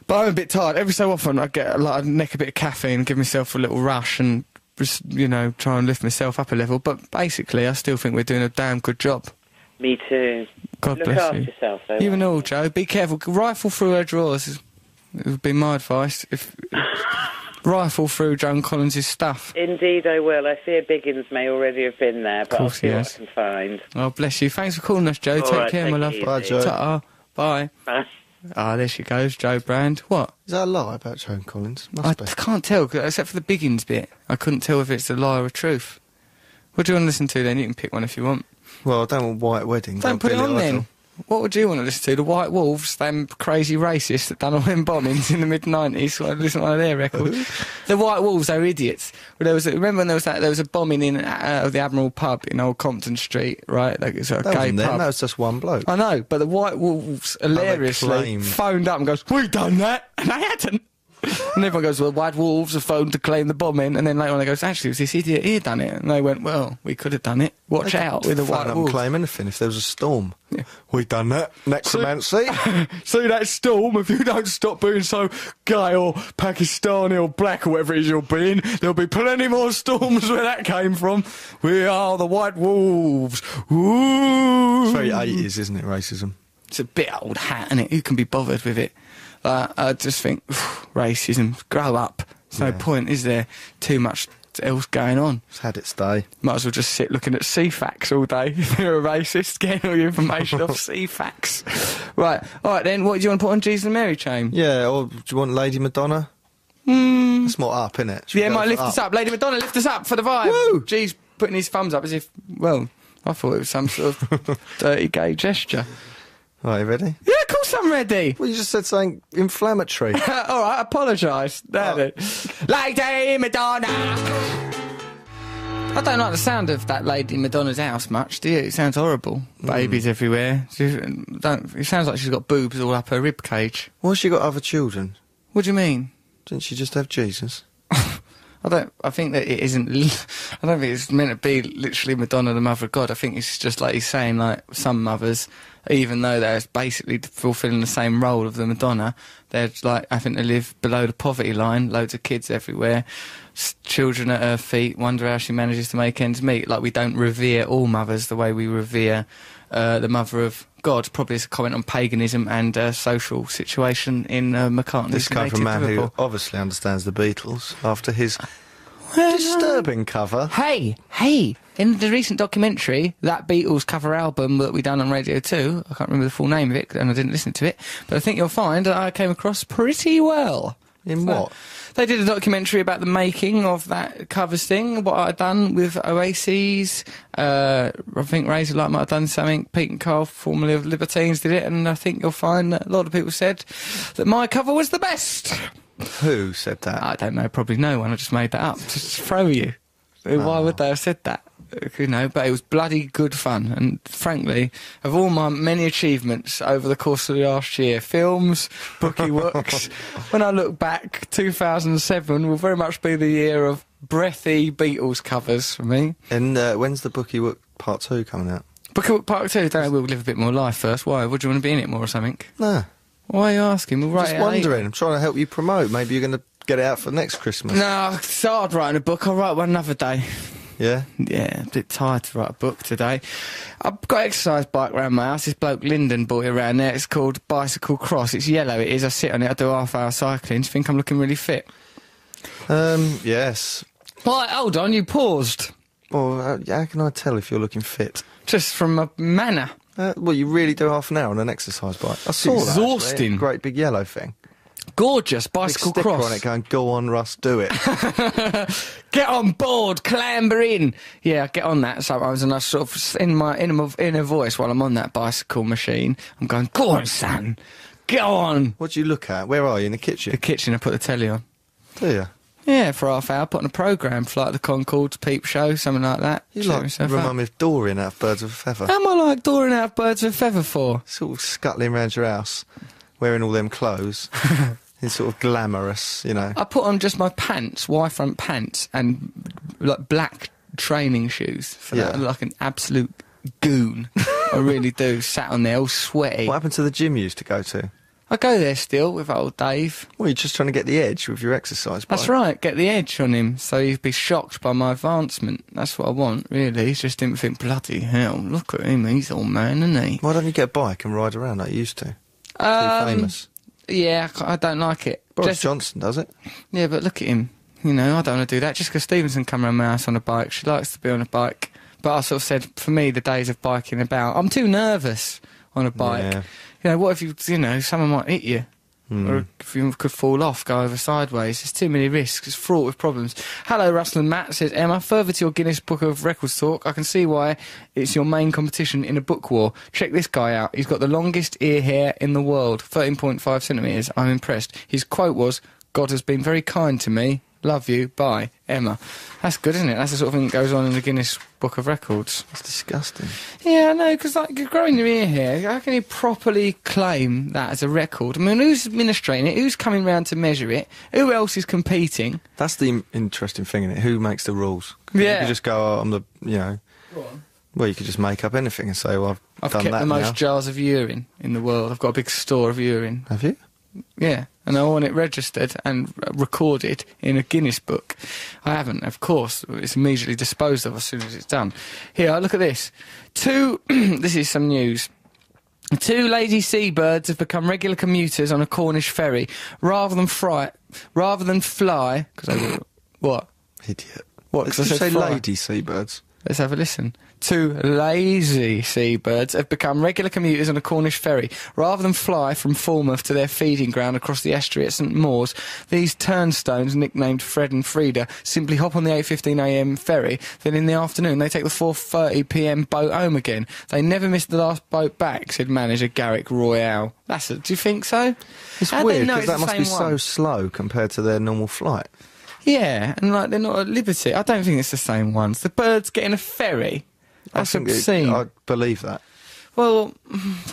But I'm a bit tired. Every so often, I get like I neck a bit of caffeine, give myself a little rush, and just, you know, try and lift myself up a level. But basically, I still think we're doing a damn good job.
Me too.
God
Look
Oh, bless
after
you.
yourself, though.
You and all, Joe. Be careful. Rifle through her drawers. is- It would be my advice. If rifle through Joan Collins's stuff.
Indeed, I will. I fear Biggins may already have been there, but I'll
course
see
he
what
has.
I can find.
Oh, bless you. Thanks for calling us, Joe.
All
take
right,
care, my love.
take it
Bye,
easy.
Joe.
Ta-ta. Bye.
Bye.
Ah, there she goes, Joe Brand. What?
Is that a lie about Joan Collins? Must
I
be.
can't tell, 'cause- except for the Biggins bit. I couldn't tell if it's a lie or a truth. What do you want to listen to then? You can pick one if you want.
Well, I don't want White Wedding.
Don't put it
Billy
on
Idol.
then. What would you want to listen to? The White Wolves, them crazy racists that done all them bombings in the mid nineties. Want to listen to one of their records? the White Wolves are idiots. Well, there was a, remember when there was that there was a bombing in uh, of the Admiral Pub in Old Compton Street, right? Like it's a
That
gay
wasn't them,
pub.
that was just one bloke.
I know, but the White Wolves hilariously
claimed.
phoned up and goes, "We done that," and they hadn't. and everyone goes, "Well, White Wolves have phoned to claim the bombing," and then later on, they goes, "Actually, it was this idiot here done it," and they went, "Well, we could have done it. Watch out with the
Phone up
White
and
Wolves."
claim anything if there was a storm. We done that. Necromancy.
See that storm, if you don't stop being so gay or Pakistani or black or whatever it is you're being, there'll be plenty more storms where that came from. We are the white wolves. Ooh.
Very eighties, isn't it? Racism.
It's a bit old hat, is it? Who can be bothered with it? Uh, I just think phew, racism, grow up. There's no
Yeah.
point, is there? Too much else going on.
It's had its day.
Might as well just sit looking at CFAX all day if you're a racist, getting all your information off CFAX. Right, all right then, what do you want to put on Jesus and Mary chain?
Yeah. Or do you want Lady Madonna? Mm. It's more up, isn't it?
Hmm. Yeah, might lift us up. Lady Madonna, lift us up for the vibe. Woo! G's putting his thumbs up as if, well, I thought it was some sort of dirty gay gesture.
Right, you ready?
Yeah, of course I'm ready.
Well, you just said something inflammatory.
All right, apologise. There
Oh.
then. Lady Madonna. I don't like the sound of that lady in Madonna's house much, do you? It sounds horrible. Babies everywhere. She, don't, it sounds like she's got boobs all up her rib cage.
Why's she got other children?
What do you mean?
Didn't she just have Jesus?
I don't. I think that it isn't. l- I don't think it's meant to be literally Madonna, the Mother of God. I think it's just like he's saying, like some mothers, even though they're basically fulfilling the same role of the Madonna, they're like having to live below the poverty line. Loads of kids everywhere, s- children at her feet. Wonder how she manages to make ends meet. Like we don't revere all mothers the way we revere uh, the Mother of God. Probably it's a comment on paganism and uh, social situation in uh, McCartney's
This came
native
from a man
Liverpool.
who obviously understands the Beatles after his
uh,
disturbing cover.
Hey, hey! In the recent documentary, that Beatles cover album that we done on Radio 2, I can't remember the full name of it, and I didn't listen to it, but I think you'll find that I came across pretty well.
In
So,
what?
They did a documentary about the making of that covers thing, what I'd done with Oasis. Uh, I think Razorlight might have done something. Pete and Carl, formerly of Libertines, did it, and I think you'll find that a lot of people said that my cover was the best.
Who said that?
I don't know, probably no one. I just made that up to just throw you. Why
Oh.
would they have said that? You know, but it was bloody good fun. And frankly, of all my many achievements over the course of the last year, films, bookie works, when I look back, 2007 will very much be the year of breathy Beatles covers for me.
and uh, when's the Bookie Work Part 2 coming out?
Bookie Work Part 2, don't know, we'll live a bit more life first. Why? Would you want to be in it more or something?
No.
Why are you asking? We'll write
Just
it out later.
wondering. I'm trying to help you promote. Maybe you're going to get it out for next Christmas.
No, it's hard writing a book. I'll write one another day.
Yeah?
Yeah, a bit tired to write a book today. I've got an exercise bike round my house. This bloke Lyndon bought it round there. It's called Bicycle Cross. It's yellow, it is. I sit on it. I do half hour cycling. Do you think I'm looking really fit?
Um, yes.
Right, hold on. You paused.
Well, how, how can I tell if you're looking fit?
Just from a manner.
Uh, well, you really do half an hour on an exercise bike. I saw that, actually.
Exhausting.
Great big yellow thing.
Gorgeous
Big
bicycle
sticker
cross.
on it going, go on, Russ, do it.
get on board, clamber in. Yeah, get on that sometimes, and I sort of s- in my in my inner voice while I'm on that bicycle machine, I'm going, "Go on, son, go on."
what do you look at? Where are you? In the
The
kitchen?
kitchen, I put the telly on.
Do you?
Yeah, for half hour, put on a programme, Flight of the Concords, Peep Show, something like that.
You
Cheer
like
myself
remind
up.
me of Dorian out of Birds of a Feather.
Am I like drawing out birds with feather for?
sort of scuttling around your house, wearing all them clothes, and sort of glamorous, you know.
I put on just my pants, Y front pants, and like black training shoes for that.
Yeah.
I'm like an absolute goon. I really do. Sat on there all sweaty.
What happened to the gym you used to go to?
I go there still with old Dave.
Well, you're just trying to get the edge with your exercise bike.
That's right, get the edge on him so he'd be shocked by my advancement. That's what I want, really. He just didn't think, bloody hell, look at him, he's all man, isn't he?
Why don't you get a bike and ride around like you used to?
Um,
Too famous.
Yeah, I c- I don't like it.
Boris
Just-
Johnson does it.
Yeah, but look at him. You know, I don't want to do that. Jessica Stevenson come around my house on a bike. She likes to be on a bike. But I sort of said, for me, the days of biking about, I'm too nervous on a bike.
Yeah.
You know, what if you, you know, someone might hit you? Or if you could fall off, go over sideways. There's too many risks. It's fraught with problems. Hello, Russell and Matt says Emma. Further to your Guinness Book of Records talk, I can see why it's your main competition in a book war. Check this guy out. He's got the longest ear hair in the world, 13.5 centimeters. I'm impressed. His quote was, "God has been very kind to me. Love you. Bye, Emma." That's good, isn't it? That's the sort of thing that goes on in the Guinness Book of Records.
That's disgusting.
Yeah, I know, because like you're growing your ear here. How can you properly claim that as a record? I mean, who's administrating it? Who's coming round to measure it? Who else is competing?
That's the im- interesting thing, isn't it? Who makes the rules? 'Cause You
Yeah.
could just go, oh, I'm the, you know. Well, you could just make up anything and say, well, I've,
I've
done
kept
that
the most
now.
jars of urine in the world. I've got a big store of urine.
Have you?
Yeah, and I want it registered and r- recorded in a Guinness book. I haven't, of course. It's immediately disposed of as soon as it's done. Here, look at this. Two. this is some news. Two lazy seabirds have become regular commuters on a Cornish ferry. Rather than fry, rather than fly, because they were what?
Idiot.
What, 'cause I
Did you
said
say
fly?
lady seabirds?
Let's have a listen. Two lazy seabirds have become regular commuters on a Cornish ferry. Rather than fly from Falmouth to their feeding ground across the estuary at St Moors, these turnstones, nicknamed Fred and Frida, simply hop on the 8.15am ferry. Then in the afternoon, they take the 4.30pm boat home again. They never miss the last boat back, said manager Garrick Royale. That's a, do you think so?
It's
How'd they
weird
know
because
it's
that
the
must be
same
so
one?
slow compared to their normal flight.
Yeah, and like they're not at liberty. I don't think it's the same ones. The birds getting a ferry. That's
I think it-
obscene.
I believe that.
Well,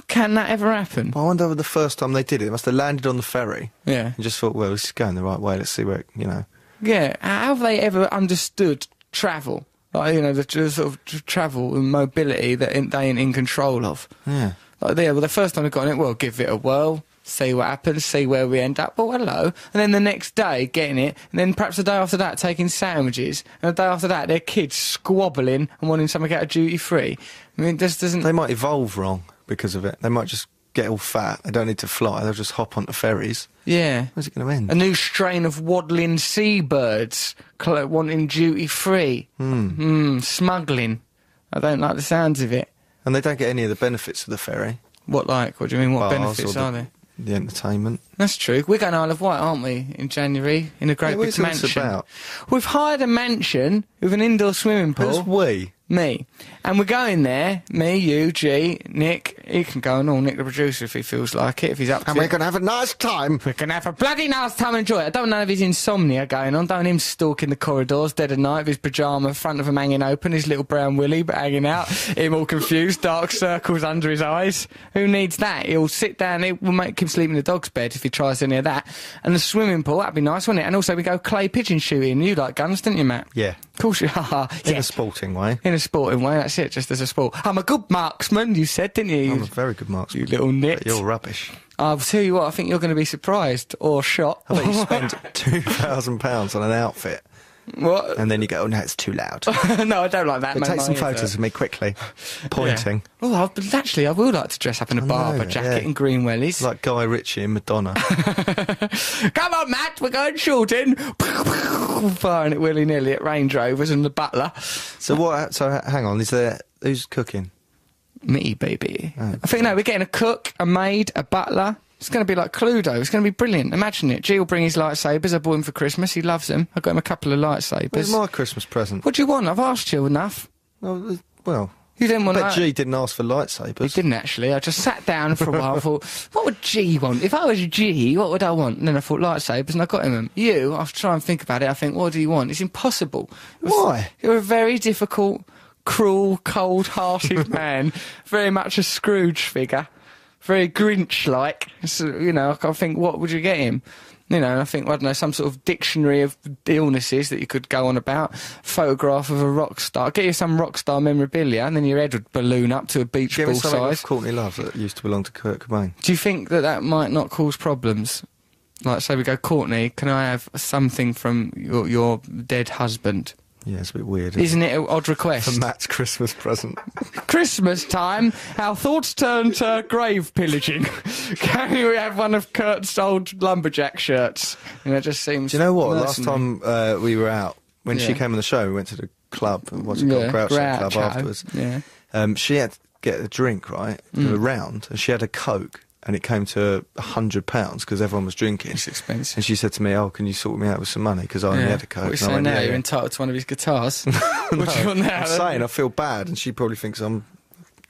can that ever happen?
I wonder the first time they did it, they must have landed on the ferry
Yeah.
and just thought, well, this is going the right way. Let's see where, it, you know.
Yeah. How have they ever understood travel? Like, you know, the, the sort of tr- travel and mobility that in, they ain't in control of.
Yeah.
Like, yeah, well, the first time they got on it, well, give it a whirl, see what happens, see where we end up. Well, hello. And then the next day, getting it. And then perhaps the day after that, taking sandwiches. And the day after that, their kids squabbling and wanting something out of duty free. I mean, this doesn't.
They might evolve wrong because of it. They might just get all fat. They don't need to fly. They'll just hop onto ferries.
yeah.
Where's it going to end?
A new strain of waddling seabirds cl- wanting duty free.
Hmm.
Mm. smuggling. I don't like the sounds of it.
and they don't get any of the benefits of the ferry.
What like? What do you mean? What
Bars or
benefits
the,
are there?
The entertainment.
That's true. We're going to Isle of Wight, aren't we, in January in a great
Yeah, what
big
is all this
mansion?
about?
We've hired a mansion with an indoor swimming
Who's
pool.
we?
me, and we're going there. Me, you, G, Nick. He can go and all. Nick, the producer, if he feels like it, if he's up to it.
to have a nice time.
We're gonna have a bloody nice time and enjoy it. I don't know if his insomnia going on. Don't him stalking the corridors dead of night with his pyjama, front of him hanging open, his little brown willy but hanging out, him all confused, dark circles under his eyes. Who needs that? He'll sit down, it will make him sleep in the dog's bed if he tries any of that. And the swimming pool, that'd be nice, wouldn't it? And also we go clay pigeon shooting. You like guns, didn't you, Matt?
Yeah.
Of course you are.
In
Yeah.
a sporting way.
In a sporting way, that's it, just as a sport. I'm a good marksman, you said, didn't you?
I'm a very good marksman.
you little nit.
But you're rubbish.
I'll tell you what, I think you're going to be surprised or shot.
I bet you spend £2,000 on an outfit
What?
and then you go, oh, no, it's too loud.
no, I don't like that.
But
mate, uh,
take
my
some
ears
photos
hurt.
of me quickly, pointing.
Yeah. Well, I've, but actually, I will like to dress up in a
I
barber
know,
jacket
yeah.
and green wellies.
Like Guy Ritchie and Madonna.
Come on, Matt, we're going shooting. Firing it willy nilly at Range Rovers and the butler.
so what? So h- hang on, is there who's cooking?
Me, baby.
Oh,
I think, no, we're getting a cook, a maid, a butler. It's going to be like Cluedo. It's going to be brilliant. Imagine it. G will bring his lightsabers. I bought him for Christmas. He loves them. I got him a couple of
Where's
lightsabers.
my Christmas present?
What do you want? I've asked you enough.
Well, uh, well,
You didn't
I
want
bet
to.
G didn't ask for lightsabers.
Didn't actually. I just sat down for a while and thought, what would G want? If I was G, what would I want? And then I thought lightsabers and I got him them. You, I'll try and think about it. I think, what do you want? It's impossible.
Why?
You're a very difficult, cruel, cold hearted man. Very much a Scrooge figure. Very Grinch like. So, you know, I can't think, what would you get him? You know, and I think, I don't know, some sort of dictionary of illnesses that you could go on about. Photograph of a rock star. Get you some rock star memorabilia, and then your head would balloon up to a beach
Give me
ball
something
size.
off Courtney Love that used to belong to Kurt Cobain.
Do you think that that might not cause problems? Like, say we go, Courtney, can I have something from your, your dead husband?
Yeah, it's a bit weird. Isn't
Isn't it an odd
it?
request?
Matt's Christmas present.
Christmas time, our thoughts turn to grave pillaging. can we have one of Kurt's old lumberjack shirts? And it just seems.
Do you know what? Last
mercenary.
time uh, we were out, when she
Yeah.
came on the show, we went to the club, and what's it
Yeah,
called, Groucho, Club
Groucho,
afterwards.
yeah. Mm.
Um, she had to get a drink, right? A round, and she had a Coke, and it came to £100 because everyone was drinking.
It's expensive.
And she said to me, oh, can you sort me out with some money? Because I only
Yeah.
had a
What
Coke.
are you
And I
saying
went,
now?
"Yeah,
You're
yeah."
entitled to one of his guitars. What do you want now?
I'm saying I feel bad, and she probably thinks I'm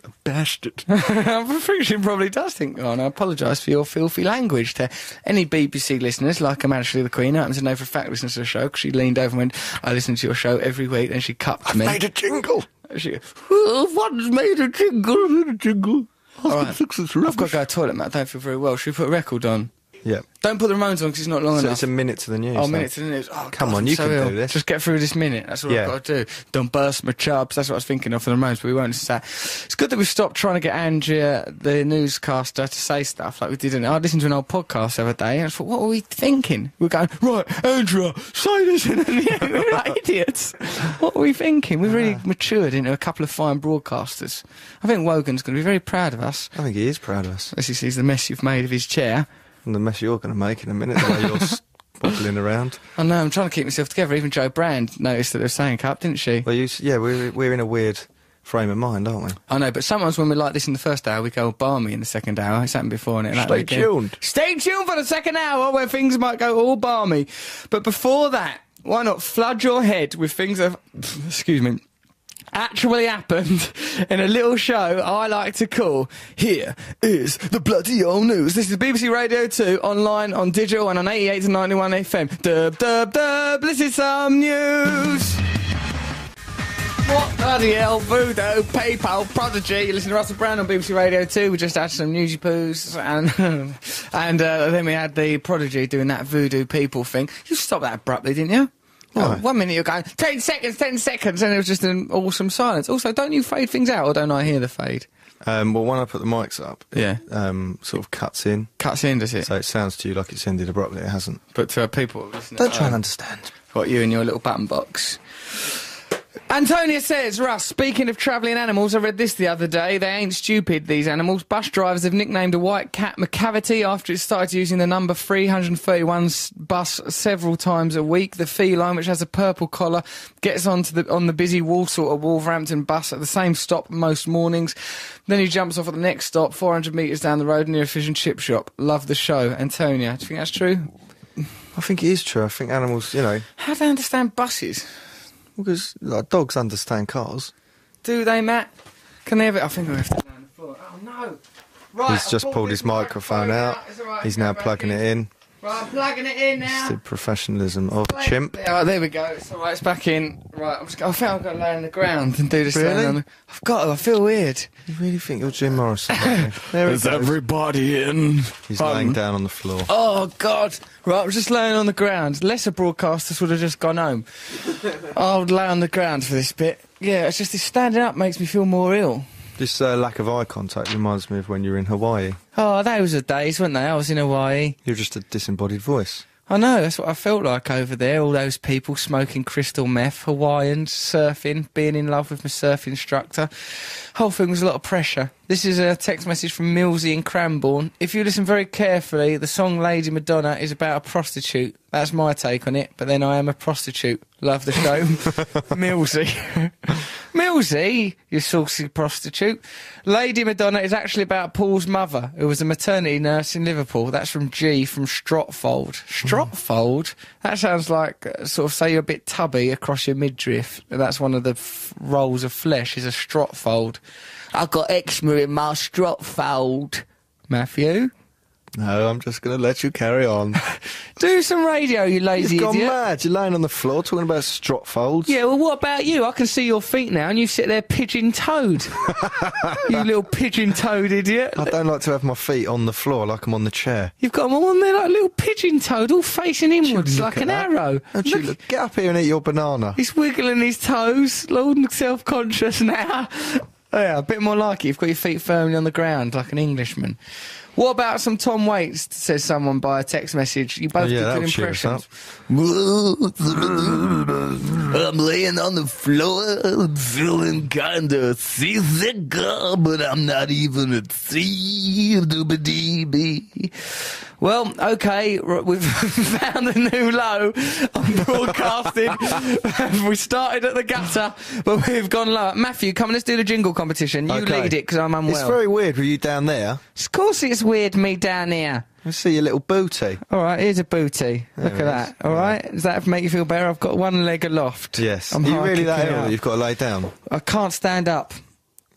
a bastard.
I think she probably does think, oh, and I apologise for your filthy language to any BBC listeners, like I'm actually the Queen, who happens to know for a fact listens to the show, because she leaned over and went, I listen to your show every week, and she cupped me.
Made a jingle.
she, oh, one's made a jingle, made a jingle. All right.
Six is
I've got to go to the toilet, Matt, I don't feel very well. Should we put a record on?
Yeah.
Don't put the Ramones on, because it's not long
So
enough.
it's a minute to the news.
Oh,
huh?
minute to the news. Oh,
Come
God,
on,
I'm
you
so
can
ill.
do this.
Just get through this minute. That's all
Yeah.
I've got to do. Don't burst my chops. That's what I was thinking of for the moment, but we won't say. It's good that we've stopped trying to get Andrea, the newscaster, to say stuff like we didn't. I listened to an old podcast the other day and I thought, what were we thinking? We were going, right, Andrea, say this. And then the end, we were like idiots. What were we thinking? We've really matured into a couple of fine broadcasters. I think Wogan's going to be very proud of us.
I think he is proud of us.
As he sees the mess you've made of his chair.
And the mess you're going to make in a minute, the way you're squabbling around.
I know, I'm trying to keep myself together. Even Joe Brand noticed that they were saying cup, didn't she?
Well, you, s- yeah, we're, we're in a weird frame of mind, aren't we?
I know, but sometimes when we're like this in the first hour, we go balmy in the second hour. It's happened before, and it
Stay
happened again.
tuned.
Stay tuned for the second hour where things might go all balmy. But before that, why not flood your head with things of, excuse me, actually happened in a little show I like to call Here is the Bloody Old News. This is BBC Radio 2, online, on digital, and on 88 to 91 FM. Dub, dub, dub, this is some news. What bloody hell, Voodoo, PayPal, Prodigy. You listen to Russell Brown on BBC Radio 2. We just had some newsy poos, and and uh, then we had the Prodigy doing that Voodoo People thing. You stopped that abruptly, didn't you? Well, One minute you're going, 10 seconds, 10 seconds, and it was just an awesome silence. Also, don't you fade things out, or don't I hear the fade?
Um, well, when I put the mics up, it,
Yeah.
um, sort of cuts in,
Cuts in, does it?
so it sounds to you like it's ended abruptly. It hasn't. Um,
but to our people listening,
Don't try and understand.
Got you in your little button box. Antonia says, Russ, speaking of travelling animals, I read this the other day. They ain't stupid, these animals. Bus drivers have nicknamed a white cat McCavity after it started using the number 331 s- bus several times a week. The feline, which has a purple collar, gets onto the, on the busy Walsall or Wolverhampton bus at the same stop most mornings. Then he jumps off at the next stop, 400 metres down the road near a fish and chip shop. Love the show. Antonia, do you think that's true?
I think it is true. I think animals, you know,
How do they understand buses?
because like, dogs understand cars.
Do they, Matt? Can they have it? I think we have to lay on the floor. Oh no! Right,
He's
I've
just pulled his microphone out.
It's all right,
He's
go
now
back
plugging it in.
Right, I'm plugging it in
It's
now.
the professionalism of a chimp.
There, oh, there we go. It's all right. It's back in. Right, I'm just, I think I've got to lay on the ground and do this. laying
Really?
on the- I've got to. I feel weird.
You really think you're Jim Morrison? don't you? there he
Is
goes.
everybody in?
He's laying down on the floor.
Oh God! Right, I was just laying on the ground. Lesser broadcasters would have just gone home. I would lay on the ground for this bit. Yeah, it's just this standing up makes me feel more ill.
This uh, lack of eye contact reminds me of when you were in Hawaii.
Oh, those were days, weren't they? I was in Hawaii.
You're just a disembodied voice.
I know, that's what I felt like over there. All those people smoking crystal meth, Hawaiians, surfing, being in love with my surf instructor. Whole thing was a lot of pressure. This is a text message from Millsy in Cranbourne. If you listen very carefully, the song Lady Madonna is about a prostitute. That's my take on it, but then I am a prostitute. Love the show. Millsy. Millsy, you saucy prostitute. Lady Madonna is actually about Paul's mother, who was a maternity nurse in Liverpool. That's from G from Strotfold.
Mm.
Strotfold? That sounds like uh, sort of say you're a bit tubby across your midriff. That's one of the f- rolls of flesh is a strotfold. I've got eczema in my strotfold. Matthew?
No, I'm just going to let you carry on.
Do some radio, you lazy
You've gone
idiot.
mad. You're laying on the floor talking about strop folds.
Yeah, well, what about you? I can see your feet now, and you sit there pigeon toed. you little pigeon toed idiot.
I don't like to have my feet on the floor like I'm on the chair.
You've got them all, and they're like little pigeon toed, all facing inwards like an arrow.
Don't you
Look,
look- Get up here and eat your banana.
He's wiggling his toes, all self conscious now. yeah, a bit more like it. You've got your feet firmly on the ground like an Englishman. What about some Tom Waits? Says someone by a text message. You both
Oh, yeah,
did
that'll
good
cheer us
impressions.
I'm laying on the floor, feeling kinda seasick, but I'm not even at sea.
DB. Well, okay, r- we've found a new low on broadcasting. we started at the gutter, but we've gone low. Matthew, come on, let's do the jingle competition. You
Okay.
lead it because I'm
It's
unwell.
very weird with you down there.
Of course, it's weird me down here.
I see your little booty.
All right, here's a booty. Look
it
at that.
is.
All right, does that make you feel better? I've got one leg aloft.
Yes.
I'm
Are you
hard
really that
kicking
ill
out.
that you've got to lay down?
I can't stand up.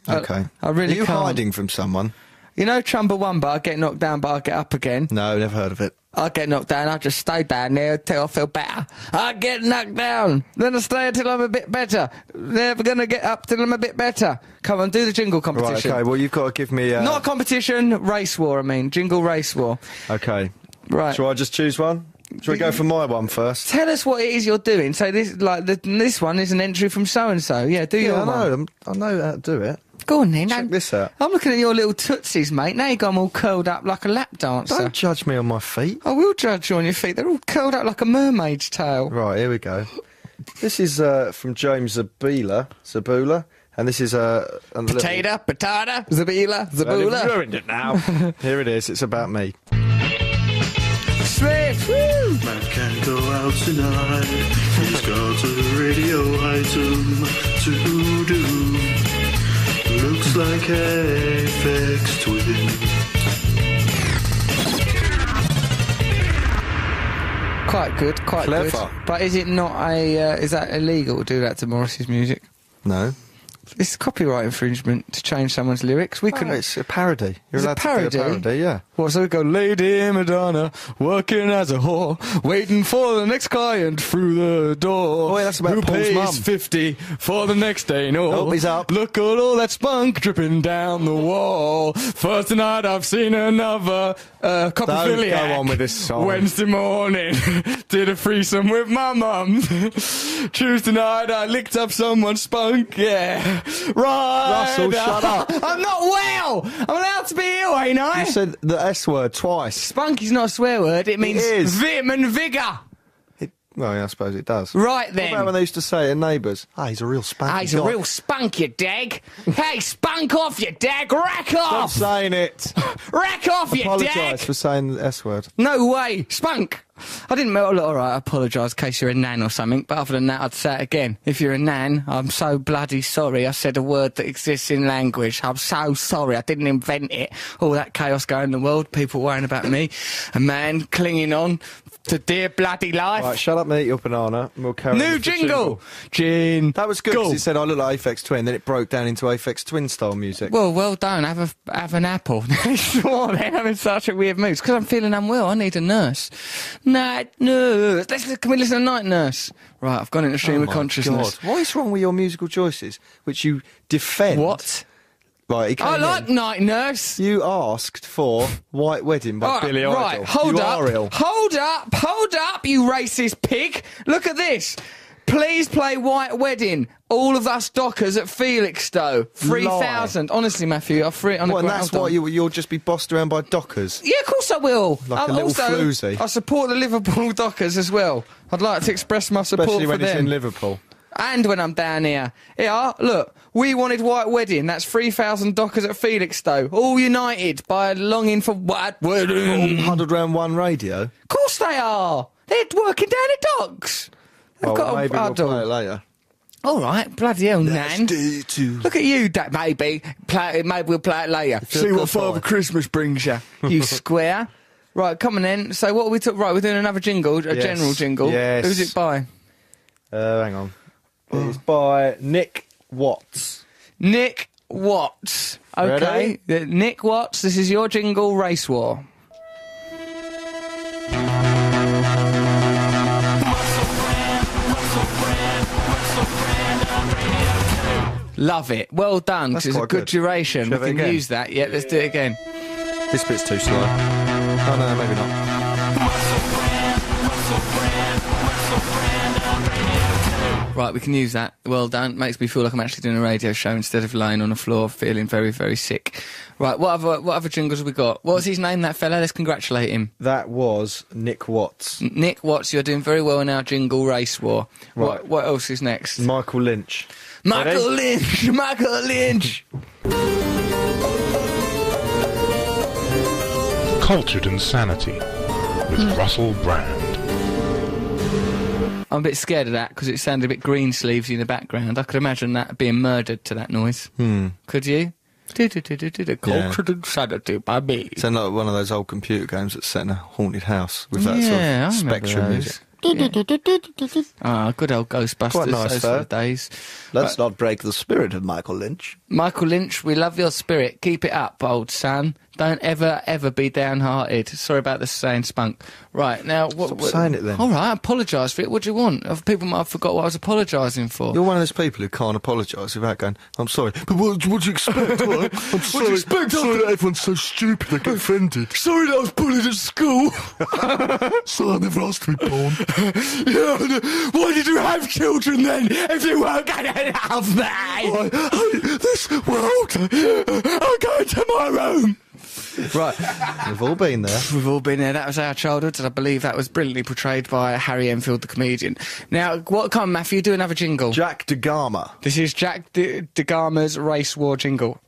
I-
Okay.
I really
Are you
can't.
hiding from someone?
You know, Chumbawamba, I get knocked down, but I get up again.
No, never heard of it.
I get knocked down. I just stay down there until I feel better. I get knocked down. Then I stay until I'm a bit better. Never gonna get up till I'm a bit better. Come on, do the jingle
Right,
competition.
okay. Well, you've got to give me. Uh,
Not a competition, race war. I mean, jingle race war.
okay.
Right.
Shall I just choose one? Shall we go for my one first?
Uh, Tell us what it is you're doing. So this, like the, this one, is an entry from so and so. Yeah, do your
Yeah, I
one.
know. I'm- I know how to do it.
Go on then.
Check
and-
this out.
I'm looking at your little tootsies, mate. Now you got them all curled up like a lap dancer.
Don't judge me on my feet.
I will judge you on your feet. They're all curled up like a mermaid's tail.
Right, here we go. This is uh, from James Zabula, Zabula, and this is uh, a little-
Potato, potato, zabila, zabula.
ruined it now.
Here it is. It's about me.
Smith.
I can't go out tonight. He's got a radio item to do. Looks like Apex Twin.
Quite good, quite
Clever.
good. But is it not a? Uh, is that illegal to do that to Morris's music?
No,
This is copyright infringement to change someone's lyrics. We
No,
couldn't.
it's a parody. You're
Oh. It's a
allowed to do a
parody?
parody, yeah.
What, so we go, Lady Madonna, working as a whore, waiting for the next client through the door.
Oh, wait, that's about
Who
Paul's
pays
mum.
50 for the next day, no.
Nope, he's up.
Look at all that spunk dripping down the wall. First night I've seen another uh,
Don't
coprophiliac.
go on with this song.
Wednesday morning, did a threesome with my mum. Tuesday night I licked up someone's spunk, yeah. Right.
Russell, shut up.
I'm not well. I'm allowed to be ill, ain't I?
You said the S word twice.
Spunky's not a swear word. It means
is.
vim and vigour.
It, well, yeah, I suppose it does.
Right
What about when
then.
they used to say it in Neighbours? Ah, he's a real spanky
Ah, he's a
guy.
real spunk, you dag. hey, spunk off, you dag. Rack
Stop
off.
saying it.
Rack off, you dag.
Apologise for saying the S word.
No way. Spunk. I didn't melt a lot. All right, I apologise in case you're a nan or something. But other than that, I'd say it again. If you're a nan, I'm so bloody sorry. I said a word that exists in language. I'm so sorry. I didn't invent it. All that chaos going in the world, people worrying about me, a man clinging on to dear bloody life.
Right, shut up and eat your banana. And we'll carry on
New
with the
jingle. Gin.
That was good
Go.
because it said I look like Aphex Twin, then it broke down into Aphex Twin style music.
Well, well done. Have a have an apple. what? I'm in such a weird mood. because I'm feeling unwell. I need a nurse. Night nurse. Let's can we listen to night nurse? Right, I've gone into stream of
Oh my
consciousness.
God. What is wrong with your musical choices, which you defend?
What?
Right, he came
I
in.
like night nurse.
You asked for White Wedding by
All right,
Billy Idol.
right, hold
you
up,
Are ill.
hold up, hold up, you racist pig! Look at this. Please play White Wedding. All of us dockers at Felixstowe. Three thousand. Honestly, Matthew, I'm free. I'm
Well, and
well
that's
done.
why you, you'll just be bossed around by dockers.
Yeah, of course I will.
Like a
I'm
little
also,
floozy.
I support the Liverpool Dockers as well. I'd like to express my support
Especially
for
when it's
them.
in Liverpool.
and when I'm down here. Yeah, look, we wanted White Wedding. That's 3,000 Dockers at Felixstowe. All united by a longing for White Wedding.
Huddled round one radio.
Of course they are. They're working down at docks. They've
Well,
got
maybe
a
we'll
huddle.
play it later.
All right, bloody hell, Nan.
to
Look at you, da- maybe. Play it, maybe we'll play it later.
See what Father
Christmas brings you. You square. Right, come on then. So what are we took? Right, we're doing another jingle, a
Yes,
general jingle.
yes.
Who's it by?
Uh, hang on. It's by Nick Watts.
Nick Watts. Okay, Uh, Nick Watts. This is your jingle, Race War. Love it. Well done. 'cause
That's
it's a
quite
good,
good.
duration.
Should
We
we have it
can
again?
use that. Yeah, let's do it again.
This bit's too slow. Oh no, maybe not.
Right, we can use that. Well done. Makes me feel like I'm actually doing a radio show instead of lying on the floor feeling very, very sick. Right, what other what other jingles have we got? What's his name, that fella? Let's congratulate him.
That was Nick Watts.
Nick Watts, you're doing very well in our jingle race war. What
Right.
what else is next?
Michael Lynch.
Michael Lynch! Michael Lynch!
Cultured Insanity
Hmm.
with Russell Brand.
I'm a bit scared of that because it sounded a bit green sleevesy in the background. I could imagine that being murdered to that noise. Hmm. Could you? Do-do-do-do-do-do.
Yeah.
Cultured insanity by me.
Sound like one of those old computer games that's set in a haunted house with that
yeah,
sort of
I remember
spectrum
those.
music.
Yeah. Ah, good old Ghostbusters.
Quite nice,
those
though.
were the days.
Let's not break the spirit of Michael Lynch.
Michael Lynch, we love your spirit. Keep it up, old son. Don't ever, ever be downhearted. Sorry about the saying spunk. Right, now... What,
Stop
what-
saying it then.
All right, I apologise for it. What do you want? Uh, People might have forgot what I was apologising for.
You're one of those people who can't apologise without going, I'm sorry. But what, what do you expect? right? I'm sorry.
you expect
I'm sorry that everyone's so stupid they get offended.
Sorry that I was bullied at school.
So I never asked to be born.
Why did you have children then if you weren't going to have me? this world, I'm going to my room.
right. We've all been there.
We've all been there. That was our childhood, and I believe that was brilliantly portrayed by Harry Enfield, the comedian. Now, what come, Matthew? Do another jingle.
Jack DeGarma.
this is Jack D- DeGarma's race war jingle.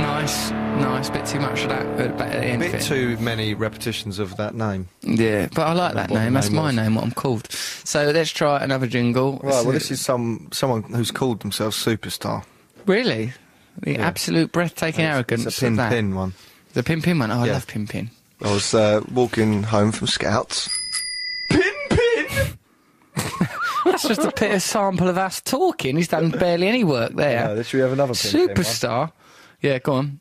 Nice, nice. Bit too much of that. But better at the
A
end of
bit
it.
too many repetitions of that name.
Yeah, but I like that
what the
name. That's
name
my
was.
name. What I'm called. So let's try another jingle.
Right, well, this is some someone who's called themselves Superstar.
really. The absolute breathtaking arrogance.
It's a pin
of that.
pin one.
The pin pin one. Oh, I
Yeah.
love pin pin.
I was uh, walking home from Scouts. Pin pin.
That's just a bit of sample of us talking. He's done barely any work there.
should Uh, we have another
Superstar. Yeah, go on.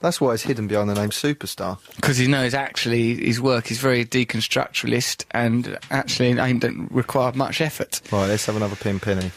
That's why it's hidden behind the name Superstar.
because he knows actually his work is very deconstructuralist and actually aimed don't require much effort.
Right, let's have another pin penny.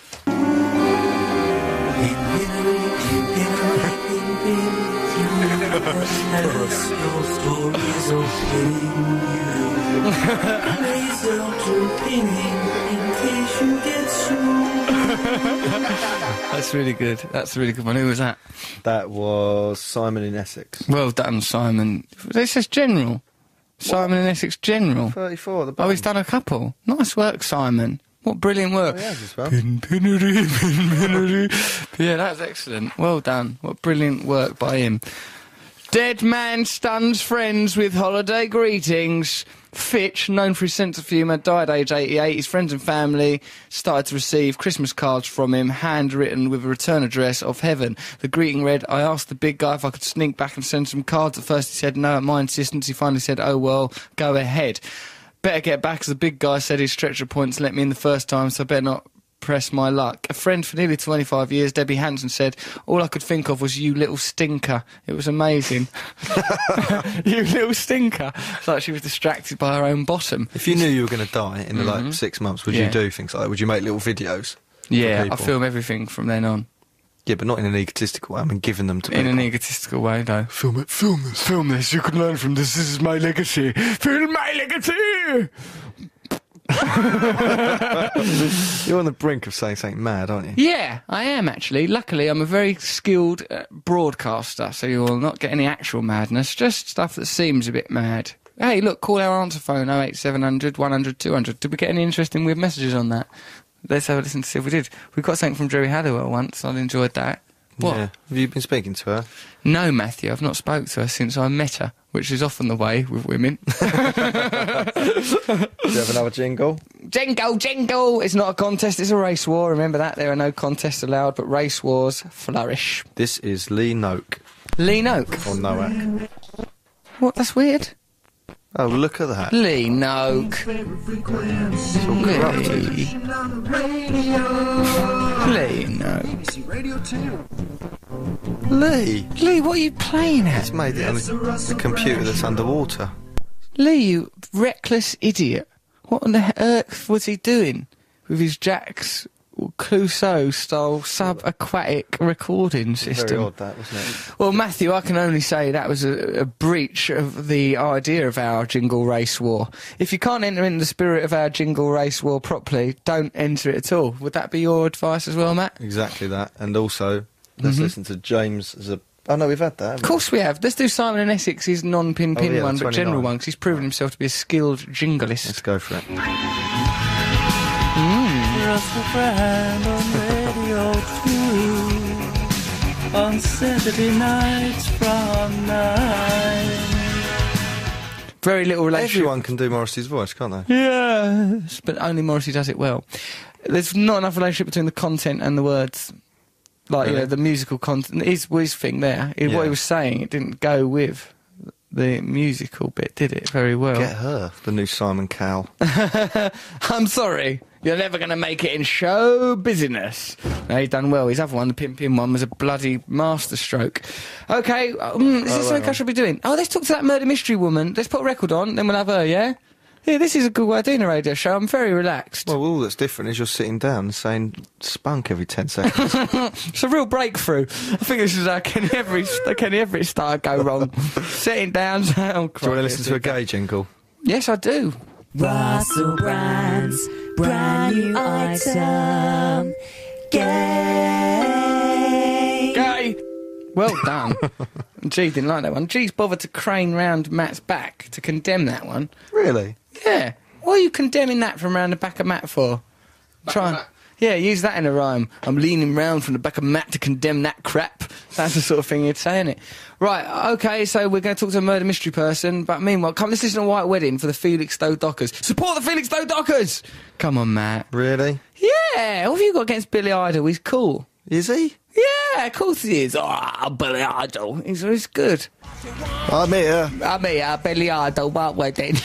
That's really good. That's a really good one. Who was that?
That was Simon in Essex.
Well done, Simon. It says General. Simon and Essex General.
34, the
Oh, he's
bottom.
done a couple. Nice work, Simon. What brilliant work.
Oh, he has as well.
Pin pinnery, pin pinnery. yeah, that's excellent. Well done. What brilliant work by him. Dead man stuns friends with holiday greetings. Fitch, known for his sense of humour, died age 88. His friends and family started to receive Christmas cards from him, handwritten with a return address of heaven. The greeting read, I asked the big guy if I could sneak back and send some cards. At first he said no, at my insistence. He finally said, oh well, go ahead. Better get back, as the big guy said his stretcher points let me in the first time, so I better not press my luck. A friend for nearly 25 years, Debbie Hanson, said, All I could think of was you little stinker. It was amazing. you little stinker. It's like she was distracted by her own bottom.
If you knew you were going to die in the like six months, would
Mm-hmm. Yeah.
you do things like that? Would you make little videos? for
Yeah, I
people?
film everything from then on.
Yeah, but not in an egotistical way. I mean, giving them to
In
people.
an egotistical way, though. Film it, film this, film this. You can learn from this. This is my legacy. Film my legacy!
You're on the brink of saying something mad, aren't you?
Yeah, I am actually. Luckily, I'm a very skilled uh, broadcaster, so you will not get any actual madness, just stuff that seems a bit mad. Hey, look, call our answer phone 08700 100 200. Did we get any interesting weird messages on that? Let's have a listen to see if we did. We got something from Jerry Halliwell once. I enjoyed that. What?
Yeah. Have you been speaking to her?
No, Matthew, I've not spoke to her since I met her, which is often the way with women.
Do you have another jingle?
Jingle, jingle! It's not a contest, it's a race war. Remember that. There are no contests allowed, but race wars flourish.
This is Lee Noak
Lean Oak.
or Noak.
What? That's weird.
Oh, look at that.
Lean Oak. Lee. Lee, no.
Lee!
Lee, what are you playing at?
It's made it on the, the computer that's underwater.
Lee, you reckless idiot. What on the earth was he doing with his Jack's Clouseau style sub aquatic recording
Very
system?
odd, that, wasn't it?
Well, Matthew, I can only say that was a, a breach of the idea of our jingle race war. If you can't enter into the spirit of our jingle race war properly, don't enter it at all. Would that be your advice as well, Matt?
Exactly that. And also,
Mm-hmm.
let's listen to James Zab. Oh, no, we've had that. haven't
Of course we have. Let's do Simon and Essex, his non-pin
Oh,
pin
yeah,
one, but
29.
general one, because he's proven himself to be a skilled
we? Let's
jinglist.
go for it.
Very little relationship.
Everyone can do Morrissey's voice, can't they?
Yes, but only Morrissey does it well. There's not enough relationship between the content and the words. Like, you
Really?
know, the musical content. His, his thing there, it- what
Yeah.
he was saying, it didn't go with the musical bit, did it? Very well.
Get her, the new Simon Cowell.
I'm sorry. You're never going to make it in show business. No, he's done well. His other one, the Pin Pin one, was a bloody masterstroke. Okay, um, is this something I should be doing? Oh, let's talk to that murder mystery woman. Let's put a record on, then we'll have her, yeah? Yeah, this is a good way of doing a radio show. I'm very relaxed.
Well, all that's different is you're sitting down and saying spunk every 10 seconds.
It's a real breakthrough. I think this is how Kenny Everett, Kenny Everett started go wrong. Sitting down, saying, oh,
do you want
crikey.
to listen to a gay jingle?
Yes, I do.
Russell Brand's brand new item. Gay.
Gay. Well done. Gee didn't like that one. G's bothered to crane round Matt's back to condemn that one.
Really?
Yeah. What are you condemning that from round the back of Matt for? Try and, yeah, use that in a rhyme. I'm leaning round from the back of Matt to condemn that crap. That's the sort of thing you'd say, innit? Right, okay, so we're going to talk to a murder mystery person, but meanwhile, come, let's listen to White Wedding for the Felixstowe Dockers. Support the Felixstowe Dockers! Come on, Matt.
Really?
Yeah, what have you got against Billy Idol? He's cool.
Is he?
Yeah, yeah, of course he is. Ah, Billy Idol. He's, he's good.
I'm here.
I mean, uh, Billy Idol, what we then?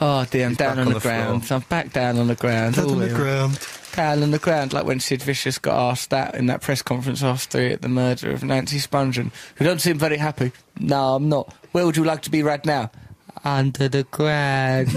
Oh dear, I'm down on,
back on
the,
the floor.
ground. I'm back down on the ground.
Dead
all
on the
in.
ground.
down on the ground, like when Sid Vicious got asked that in that press conference after at the murder of Nancy Spungen, who don't seem very happy. No, I'm not. Where would you like to be right now? Under the ground.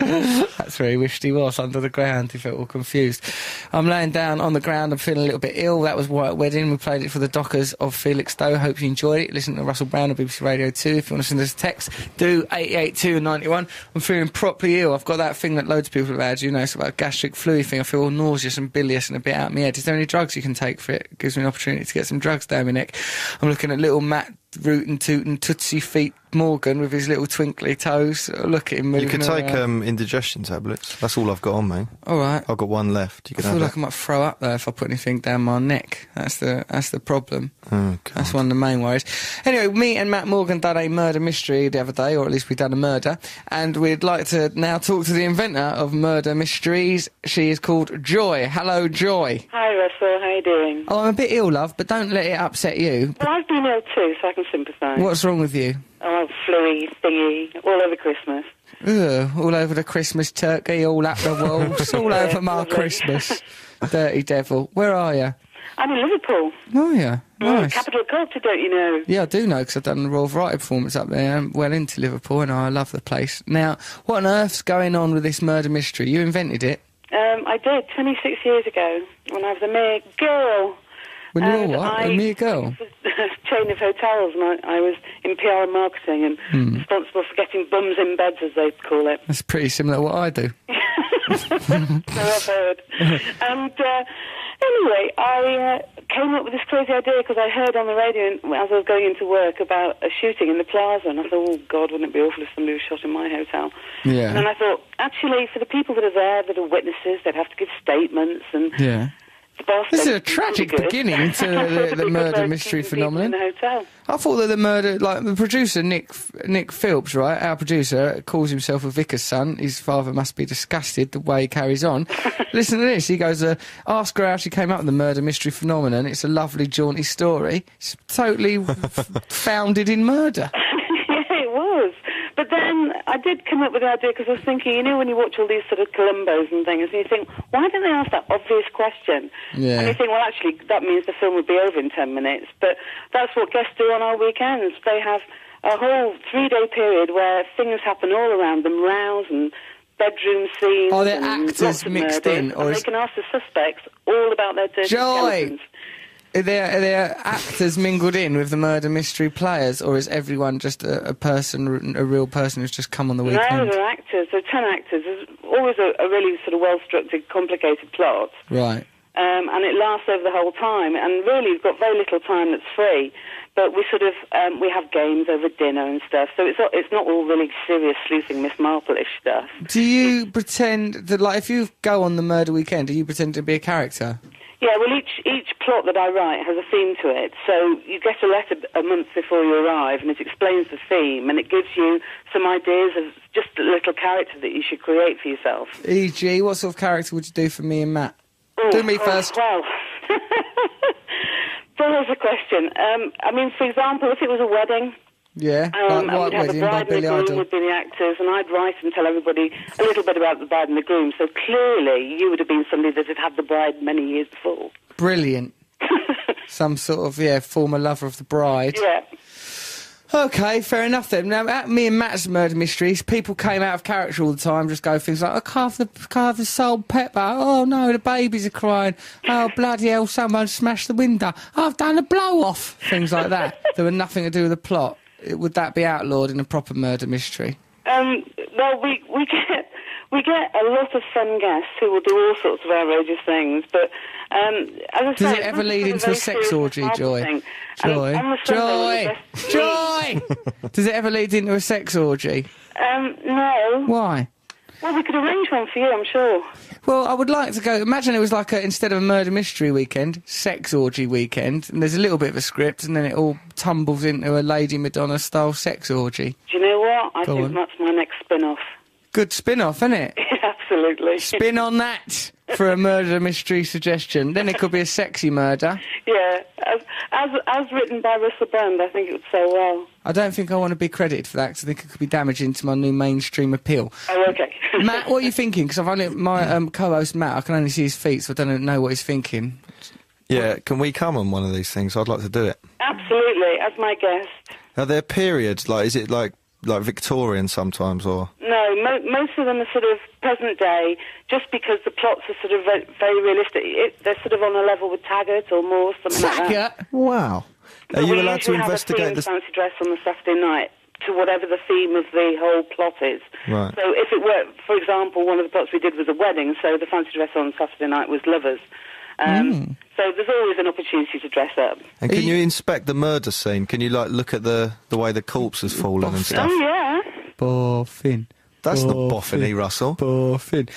That's where he wished he was, under the ground. He felt all confused. I'm laying down on the ground. I'm feeling a little bit ill. That was White Wedding. We played it for the Dockers of Felixstowe. Hope you enjoyed it. Listen to Russell Brown on BBC Radio 2. If you want to send us a text, do 88291. I'm feeling properly ill. I've got that thing that loads of people have had. You know, it's about a gastric flu thing. I feel all nauseous and bilious and a bit out of my head. Is there any drugs you can take for it? Gives me an opportunity to get some drugs down my neck. I'm looking at little Matt rootin' tootin' tootsie feet Morgan with his little twinkly toes. Look at him moving
You could take
around.
um, indigestion tablets. That's all I've got on me.
All right.
I've got one left. You
I
can
feel
have
like I
that.
might throw up though if I put anything down my neck. That's the that's the problem.
Oh, God.
That's one of the main worries. Anyway, me and Matt Morgan done a murder mystery the other day, or at least we done a murder, and we'd like to now talk to the inventor of murder mysteries. She is called Joy. Hello, Joy.
Hi, Russell. How you doing?
Oh, I'm a bit ill, love, but don't let it upset you.
Well, I've been ill too, so I can sympathise.
What's wrong with you?
Oh, fluey, thingy, all over Christmas.
Ugh, all over the Christmas turkey, all up the walls, all over my
Lovely.
Christmas. Dirty devil. Where are you?
I'm in Liverpool.
Oh, yeah.
Mm,
Nice.
Capital Culture, don't you know?
Yeah, I do know because I've done the Royal Variety performance up there. I'm well into Liverpool, and I love the place. Now, what on earth's going on with this murder mystery? You invented it.
Um, I did 26 years ago when I was a mere girl.
When you were
And
what?
Um, I-
A mere girl?
chain of hotels, and I, I was in PR and marketing and responsible for getting bums in beds, as they call it.
That's pretty similar to what I do.
So I've heard. and uh, anyway, I uh, came up with this crazy idea because I heard on the radio in- as I was going into work about a shooting in the plaza, and I thought, oh God, wouldn't it be awful if somebody was shot in my hotel?
Yeah.
And then I thought, actually, for the people that are there, that are witnesses, they'd have to give statements and.
Yeah.
the boss
This is
said,
a tragic
"Good."
beginning to the- the
Because
murder
they're
mystery
keeping people In
phenomenon.
the hotel.
I thought that the murder, like the producer Nick Nick Phillips, right, our producer, calls himself a vicar's son. His father must be disgusted the way he carries on. Listen to this. He goes, uh, "Ask her how she came up with the murder mystery phenomenon. It's a lovely, jaunty story. It's totally f- founded in murder."
yeah, it was. But then I did come up with an idea because I was thinking, you know, when you watch all these sort of Columbos and things, and you think, why don't they ask that obvious question?
Yeah.
And you think, well, actually, that means the film would be over in 10 minutes. But that's what guests do on our weekends. They have a whole three day period where things happen all around them rows and bedroom scenes.
Are there
and
actors
lots of
mixed
murders,
in, or
and
is-
they can ask the suspects all about their
Joy!
dirty skeletons.
Are there, are there actors mingled in with the murder mystery players, or is everyone just a, a person, a real person who's just come on the
No,
weekend?
they're actors. There are ten actors. There's always a, a really sort of well-structured, complicated plot,
Right.
um, and it lasts over the whole time. And really, you've got very little time that's free. But we sort of um, we have games over dinner and stuff, so it's not, it's not all really serious sleuthing Miss Marple-ish stuff.
Do you pretend that, like, if you go on the murder weekend, do you pretend to be a character?
Yeah, well, each each plot that I write has a theme to it. So you get a letter b- a month before you arrive, and it explains the theme, and it gives you some ideas of just a little character that you should create for yourself.
E.g., E what sort of character would you do for me and Matt?
Oh,
Do me
oh,
first.
Well, there's a question. Um, I mean, for example, if it was a wedding,
Yeah, like
um,
White
and we'd
Wedding by
have the bride and
Billy
the groom
Idol.
would be the actors, and I'd write and tell everybody a little bit about the bride and the groom. So clearly, you would have been somebody that had had the bride many years before.
Brilliant. Some sort of, yeah, former lover of the bride.
Yeah.
Okay, fair enough then. Now, at me and Matt's murder mysteries, people came out of character all the time, just go things like, I carved the, carved the salt pepper. Oh no, the babies are crying. Oh bloody hell, someone smashed the window. I've done a blow off. Things like that. there were nothing to do with the plot. It- Would that be outlawed in a proper murder mystery?
Um, well, we, we get we get a lot of fun guests who will do all sorts of outrageous things. But um, as I
Does
say,
it ever
that's
lead
sort of
into
very
a sex
serious
orgy,
marble
Joy?
thing. And
Joy.
on the Sunday,
Joy!
the best-
Joy! Does it ever lead into a sex orgy?
Um, no.
Why?
Well, we could arrange one for you, I'm sure.
Well, I would like to go. Imagine it was like a, instead of a murder mystery weekend, sex orgy weekend, and there's a little bit of a script, and then it all tumbles into a Lady Madonna style sex orgy.
Do you know what? I
Go
think
on.
that's my next spin off.
Good spin off, isn't it?
Absolutely.
spin on that. for a murder mystery suggestion. Then it could be a sexy murder.
Yeah, as, as as written by Russell Brand, I think it would sell well.
I don't think I want to be credited for that because I think it could be damaging to my new mainstream appeal.
Oh, okay.
Matt, what are you thinking? Because I've only my um, co-host Matt. I can only see his feet, so I don't know what he's thinking.
Yeah, can we come on one of these things? I'd like to do it.
Absolutely, as my guest.
Are there periods like is it like like Victorian sometimes or
No, mo- most of them are sort of present day, just because the plots are sort of ve- very realistic. It, they're sort of on a level with Taggart or Moore, something like that.
wow? Are
But
you
we
allowed to
usually have a
investigate
theme
this?
fancy dress on the Saturday night to whatever the theme of the whole plot is.
Right.
So if it were, for example, one of the plots we did was a wedding, so the fancy dress on Saturday night was lovers. Um,
Hmm.
So there's always an opportunity to dress up.
And can you inspect the murder scene? Can you like look at the the way the corpse has fallen and stuff?
Oh yeah.
Boffin.
That's not boffiny, Russell.
Boffin.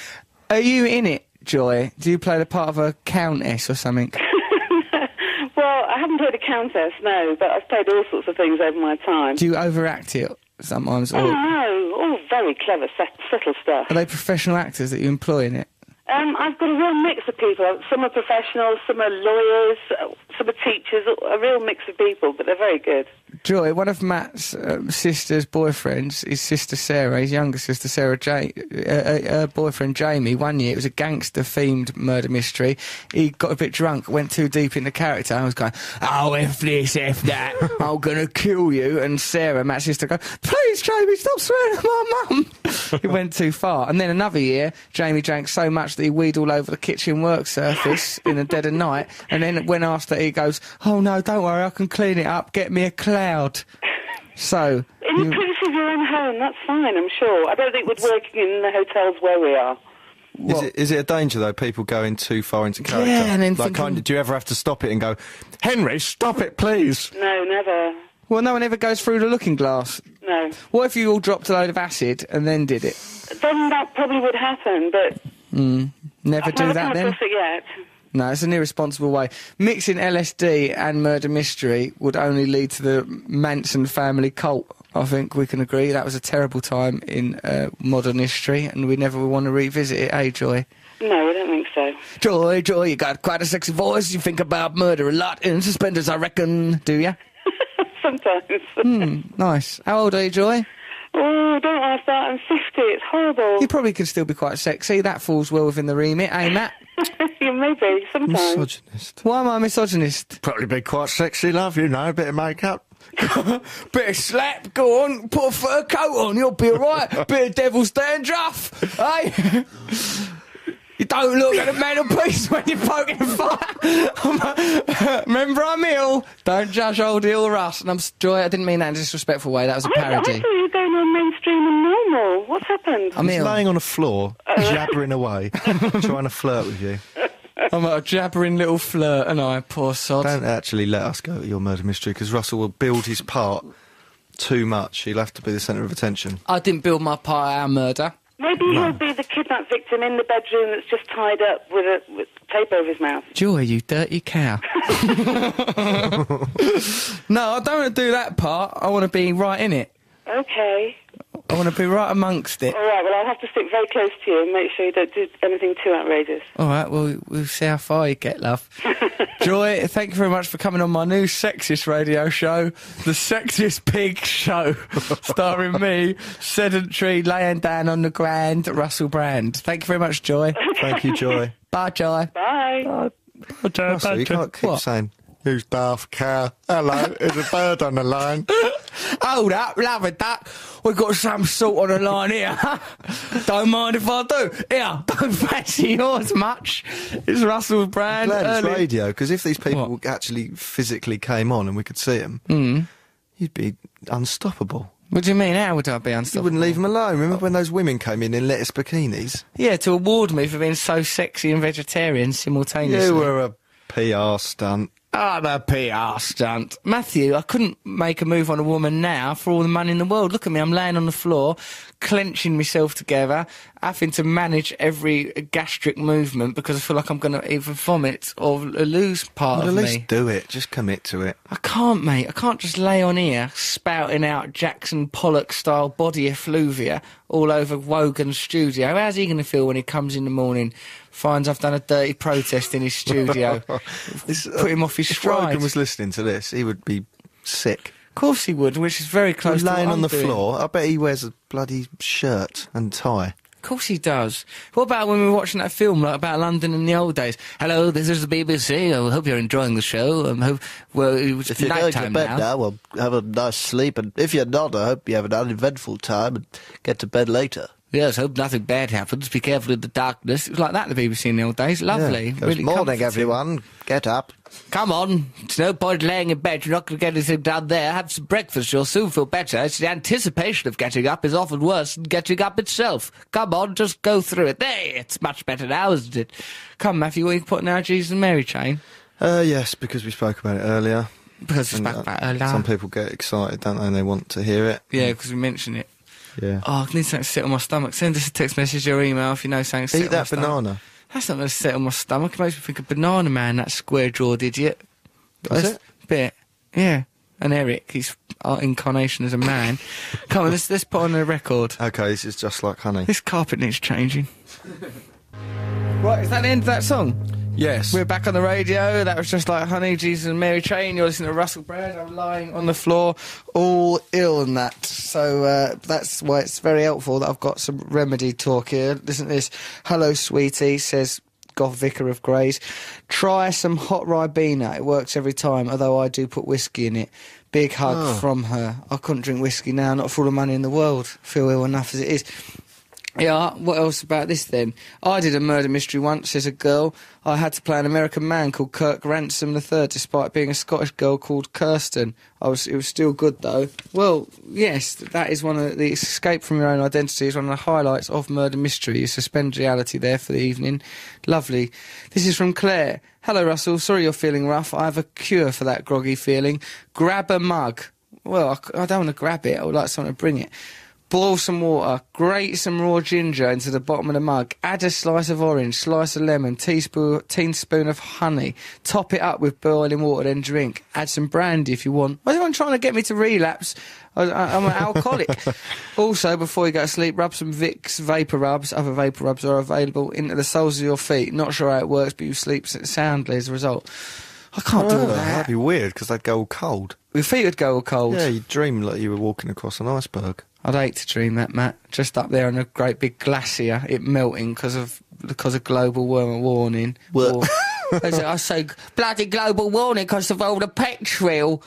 Are you in it, Joy? Do you play the part of a countess or something?
Well, I haven't played a countess, no, but I've played all sorts of things over my time.
Do you overact it sometimes, or
Oh
are
no, all very clever, set- subtle stuff.
they professional actors that you employ in it?
Um, I've got a real mix of people. Some are professionals, some are lawyers, uh, some are teachers. A real mix of people, but they're very good.
Joy, one of Matt's um, sister's boyfriends, his sister Sarah, his younger sister Sarah, ja- uh, uh, her boyfriend Jamie, one year it was a gangster themed murder mystery. He got a bit drunk, went too deep into character, and was going, Oh, if this, if that, I'm going to kill you. And Sarah, Matt's sister, go, Please, Jamie, stop swearing at my mum. he went too far. And then another year, Jamie drank so much that he weed all over the kitchen work surface in the dead of night. And then when asked that, he goes, Oh, no, don't worry, I can clean it up, get me a cloud. So,
In the
you-
privacy of your own home, that's fine, I'm sure. I don't think we're working in the hotels where we are.
Is it, is it a danger though? People going too far into character.
Yeah, and then
like,
thinking-
kind of, do you ever have to stop it and go, Henry, stop it, please?
No, never.
well, no one ever goes through the looking glass.
No.
What if you all dropped a load of acid and then did it?
Then that probably would happen, but
Never
I've
do
never
that
come
then?
across it yet.
No, it's an irresponsible way. Mixing LSD and murder mystery would only lead to the Manson family cult. I think we can agree that was a terrible time in uh, modern history, and we never want to revisit it. Hey, Joy,
No, I don't think so.
Joy, Joy, you got quite a sexy voice. You think about murder a lot in suspenders, I reckon. Do ya?
Sometimes.
Nice. How old are you, Joy?
Oh, don't ask that. I'm 50. It's horrible.
You probably could still be quite sexy. That falls well within the remit. Hey, Matt.
you may be, sometimes.
Misogynist.
Why am I a misogynist?
Probably be quite sexy, love, you know, a bit of makeup.
Bit of slap, go on, put a fur coat on, you'll be alright. Bit of devil's dandruff, eh? You don't look at a mantelpiece when you're poking fire. I'm a- Remember, I'm ill. Don't judge old ill Russ. And I'm s- Joy, I didn't mean that in a disrespectful way. That was a
I, I thought
parody.
you were going on mainstream and normal. What's happened?
I'm
He's
ill.
laying on a floor, jabbering away, trying to flirt with you.
I'm a jabbering little flirt, and I, poor sod.
Don't actually let us go at your murder mystery because Russell will build his part too much. He'll have to be the centre of attention.
I didn't build my part out of murder.
Maybe he'll be the kidnapped victim in the bedroom that's just tied up with, a, with tape over his mouth.
Joy, you dirty cow. no, I don't want to do that part. I want to be right in it.
Okay.
I want to be right amongst it.
All right, well, I'll have to stick very close to you and make sure you don't do anything too outrageous.
All right, well, we'll see how far you get, love. Joy, thank you very much for coming on my new sexist radio show, The Sexiest Pig Show, starring me, sedentary, laying down on the ground, Russell Brand. Thank you very much, Joy.
Thank you, Joy.
Bye, Joy.
Bye.
Russell, Oh, you can't keep
What?
saying, Who's daft cow? Hello, is a bird on the line?
Hold up, love it, duck. We've got some salt on the line here. don't mind if I do. Here, don't fancy yours much. It's Russell Brand.
Glad it's
early-
radio because if these people actually physically came on and we could see them,
Hmm.
you'd be unstoppable.
What do you mean? How would I be
You
unstoppable?
wouldn't leave them alone. Remember
Oh.
when those women came in in lettuce bikinis?
Yeah, to award me for being so sexy and vegetarian simultaneously.
You were a PR stunt.
Ah, the PR stunt. Matthew, I couldn't make a move on a woman now for all the money in the world. Look at me, I'm laying on the floor, clenching myself together, having to manage every gastric movement because I feel like I'm going to either vomit or l- lose part
Well, at
of
least
me.
do it. Just commit to it.
I can't, mate. I can't just lay on here spouting out Jackson Pollock style body effluvia. all over Wogan's studio. How's he going to feel when he comes in the morning, finds I've done a dirty protest in his studio?
This- uh,
Put him off his
if
stride.
Rogan was listening to this, he would be sick.
Of course he would, which is very close
He's
to what
laying
I'm
on the
doing.
floor. I bet he wears a bloody shirt and tie.
Of course he does. What about when we were watching that film like about London in the old days? Hello, this is the BBC. I hope you're enjoying the show. I hope well, it was
If you're going to
nighttime
bed
now.
now, well, have a nice sleep. And if you're not, I hope you have an uneventful time and get to bed later.
Yes, hope nothing bad happens. Be careful in the darkness. It was like that in the BBC in the old days. Lovely.
Yeah. Goes,
Really
morning,
comforting.
everyone. Get up.
Come on. It's no point laying in bed. You're not going to get anything done there. Have some breakfast. You'll soon feel better. It's the anticipation of getting up is often worse than getting up itself. Come on, just go through it. There, it's much better now, isn't it? Come, Matthew, what are you putting our Jesus and Mary chain?
Uh, yes, because we spoke about it earlier.
Because we
And,
spoke
uh,
about it earlier.
Some people get excited, don't they? And they want to hear it.
Yeah, because we mentioned it.
Yeah.
Oh, I need something to sit on my stomach. Send us a text message or email if you know something. to sit
Eat
on my
that
stomach.
banana.
That's not going to sit on my stomach. It makes me think of Banana Man, that square jawed idiot.
Does
That's Bit. Yeah. And Eric, he's our incarnation as a man. Come on, let's, let's put on a record.
Okay, this is just like honey.
This carpet needs changing. Right, is that the end of that song?
Yes.
We're back on the radio. That was just like Honey, Jesus and Mary Chain. You're listening to Russell Brand. I'm lying on the floor, all ill and that. So uh, that's why it's very helpful that I've got some remedy talk here. Listen to this. Hello, sweetie, says Goth Vicar of Grays. Try some hot Ribena. It works every time, although I do put whiskey in it. Big hug
Oh.
from her. I couldn't drink whiskey now, not for all the money in the world. feel ill enough as it is. Yeah, what else about this then? I did a murder mystery once as a girl. I had to play an American man called Kirk Ransom III, despite being a Scottish girl called Kirsten. I was, it was still good though. Well, yes, that is one of the escape from your own identity is one of the highlights of murder mystery. You suspend reality there for the evening. Lovely. This is from Claire. Hello, Russell. Sorry you're feeling rough. I have a cure for that groggy feeling. Grab a mug. Well, I c- I don't want to grab it. I would like someone to bring it. Boil some water, grate some raw ginger into the bottom of the mug, add a slice of orange, slice of lemon, teaspoon, teaspoon of honey, top it up with boiling water, then drink. Add some brandy if you want. Why is everyone trying to get me to relapse? I, I, I'm an alcoholic. also, before you go to sleep, rub some Vicks vapor rubs. Other vapor rubs are available into the soles of your feet. Not sure how it works, but you sleep s- soundly as a result. I can't do
Oh,
that.
That'd be weird because they'd go all cold.
Your feet would go all cold.
Yeah, you'd dream like you were walking across an iceberg.
I'd hate to dream that, Matt. Just up there on a great big glacier, it melting because of because of global warming. warning. War- As I say bloody global warning because of all the petrol.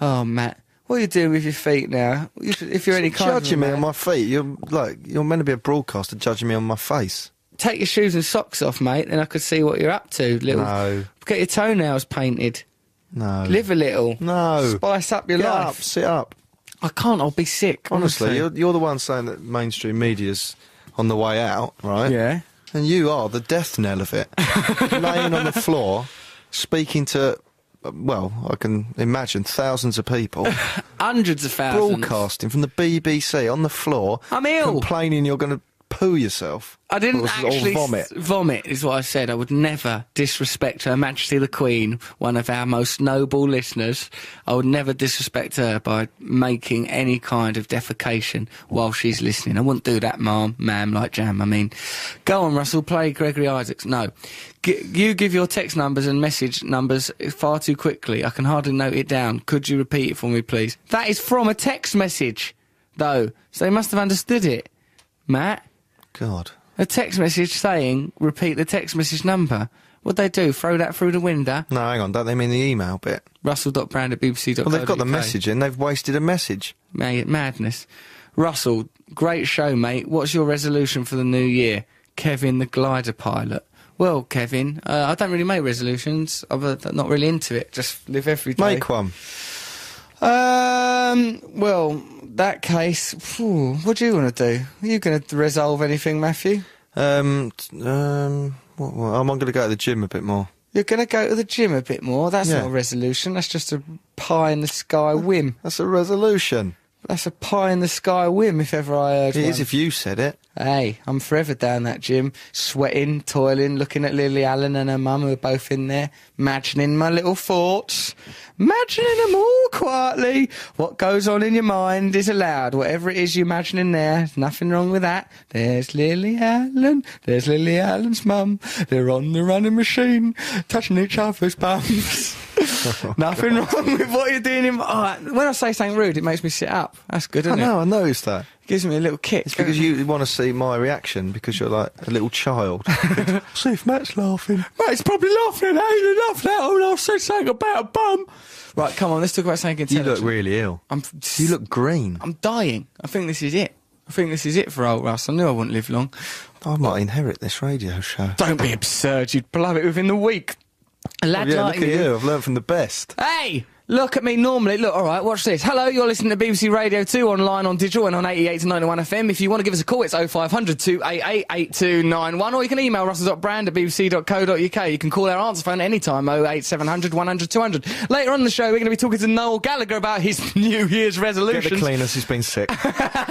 Oh, Matt, what are you doing with your feet now? If, if you're any kind of a
judging me
man-
on my feet. You're like you're meant to be a broadcaster judging me on my face.
take your shoes and socks off, mate, then I could see what you're up to. Little,
No.
get your toenails painted.
No.
Live a little.
No.
Spice up your
Get
life.
up, sit up.
I can't. I'll be sick.
Honestly, you're, you're the one saying that mainstream media's on the way out, right?
Yeah.
And you are the death knell of it. Laying on the floor, speaking to, well, I can imagine thousands of people.
hundreds of thousands.
broadcasting from the BBC on the floor.
I'm ill.
Complaining you're going to poo yourself.
I didn't
or,
actually
Or vomit.
s- vomit is what I said. I would never disrespect Her Majesty the Queen, one of our most noble listeners. I would never disrespect her by making any kind of defecation while she's listening. I wouldn't do that, ma'am, ma'am, like jam. I mean, go on, Russell, play Gregory Isaacs. No, G- you give your text numbers and message numbers far too quickly. I can hardly note it down. Could you repeat it for me, please? That is from a text message, though, so they must have understood it, Matt
God.
a text message saying repeat the text message number. What'd they do? Throw that through the window?
No, hang on. Don't they mean the email bit?
Russell.brand at bbc.co.uk.
Well, they've got the message in. They've wasted a message.
Mate, madness. Russell, great show, mate. What's your resolution for the new year? Kevin, the glider pilot. Well, Kevin, uh, I don't really make resolutions. I'm uh, not really into it. Just live every day.
Make one.
Um. Well, that case. phew, what do you want to do? Are you going to resolve anything, Matthew?
Um, t- um, what, what, I'm going to go to the gym a bit more.
You're going to go to the gym a bit more. That's
Yeah.
not a resolution. That's just a pie in the sky whim.
That's a resolution.
that's a pie in the sky whim if ever I heard
It
one.
is if you said it.
Hey, I'm forever down that gym, sweating, toiling, looking at Lily Allen and her mum who are both in there, imagining my little thoughts, imagining them all quietly. What goes on in your mind is allowed. Whatever it is you're imagining there, there's nothing wrong with that. There's Lily Allen, there's Lily Allen's mum. They're on the running machine, touching each other's bums. nothing wrong with what you're doing. In, oh, when I say something rude, it makes me sit up. That's good,
I
isn't
know,
it?
I noticed that.
Gives me a little kick.
It's because you want to see my reaction because you're like a little child.
See if Matt's laughing.
Mate, it's probably laughing. I ain't enough now. I'll say something about a bum. Right, come on, let's talk about something
you
intelligent.
look really ill.
I'm,
You look green.
I'm dying. I think this is it. I think this is it for old Russ. I knew I wouldn't live long.
I might inherit this radio show.
Don't be absurd. You'd blow it within the week. A lad
Oh, yeah,
like
look at
you.
you. I've learned from the best.
Hey! Look at me normally. Look, all right, watch this. Hello, you're listening to BBC Radio 2 online on digital and on 88 to 91 FM. If you want to give us a call, it's 0500 288 8291 or you can email russell.brand at bbc.co.uk. You can call our answer phone anytime, 08700 100 200. Later on in the show, we're going to be talking to Noel Gallagher about his New Year's
Get the
resolutions.
cleaners. He's been sick.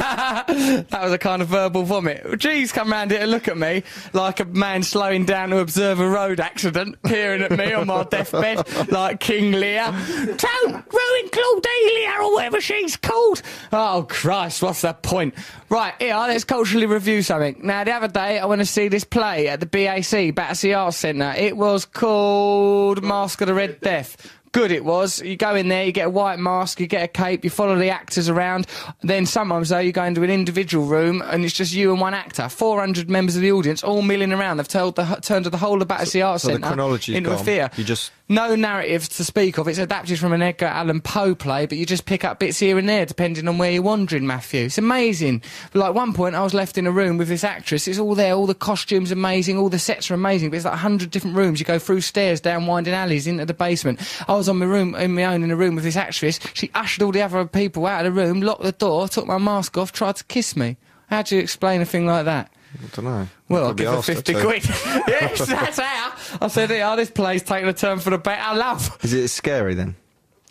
that was a kind of verbal vomit. Jeez, come round here and look at me like a man slowing down to observe a road accident, peering at me on my deathbed like King Lear. Don't ruin Claudelia or whatever she's called. Oh, Christ, what's the point? Right, here, let's culturally review something. Now, the other day, I went to see this play at the BAC, Battersea Arts Centre. It was called Mask of the Red Death good it was. You go in there, you get a white mask, you get a cape, you follow the actors around. Then sometimes though, you go into an individual room and it's just you and one actor. 400 members of the audience all milling around. They've told the, turned the whole of Battersea Arts
so the
Centre
chronology's
into a
gone.
theatre.
You just-
no narrative to speak of. It's adapted from an Edgar Allan Poe play, but you just pick up bits here and there depending on where you're wandering, Matthew. It's amazing. But like one point, I was left in a room with this actress. It's all there. All the costumes amazing. All the sets are amazing. But it's like hundred different rooms. You go through stairs, down winding alleys, into the basement. I was on my room, in my own, in a room with this actress. She ushered all the other people out of the room, locked the door, took my mask off, tried to kiss me. How do you explain a thing like that?
I don't know.
Well, I'll give her 50 quid. yes, that's how. I said, yeah, this play's taking a turn for the better, love.
Is it scary then?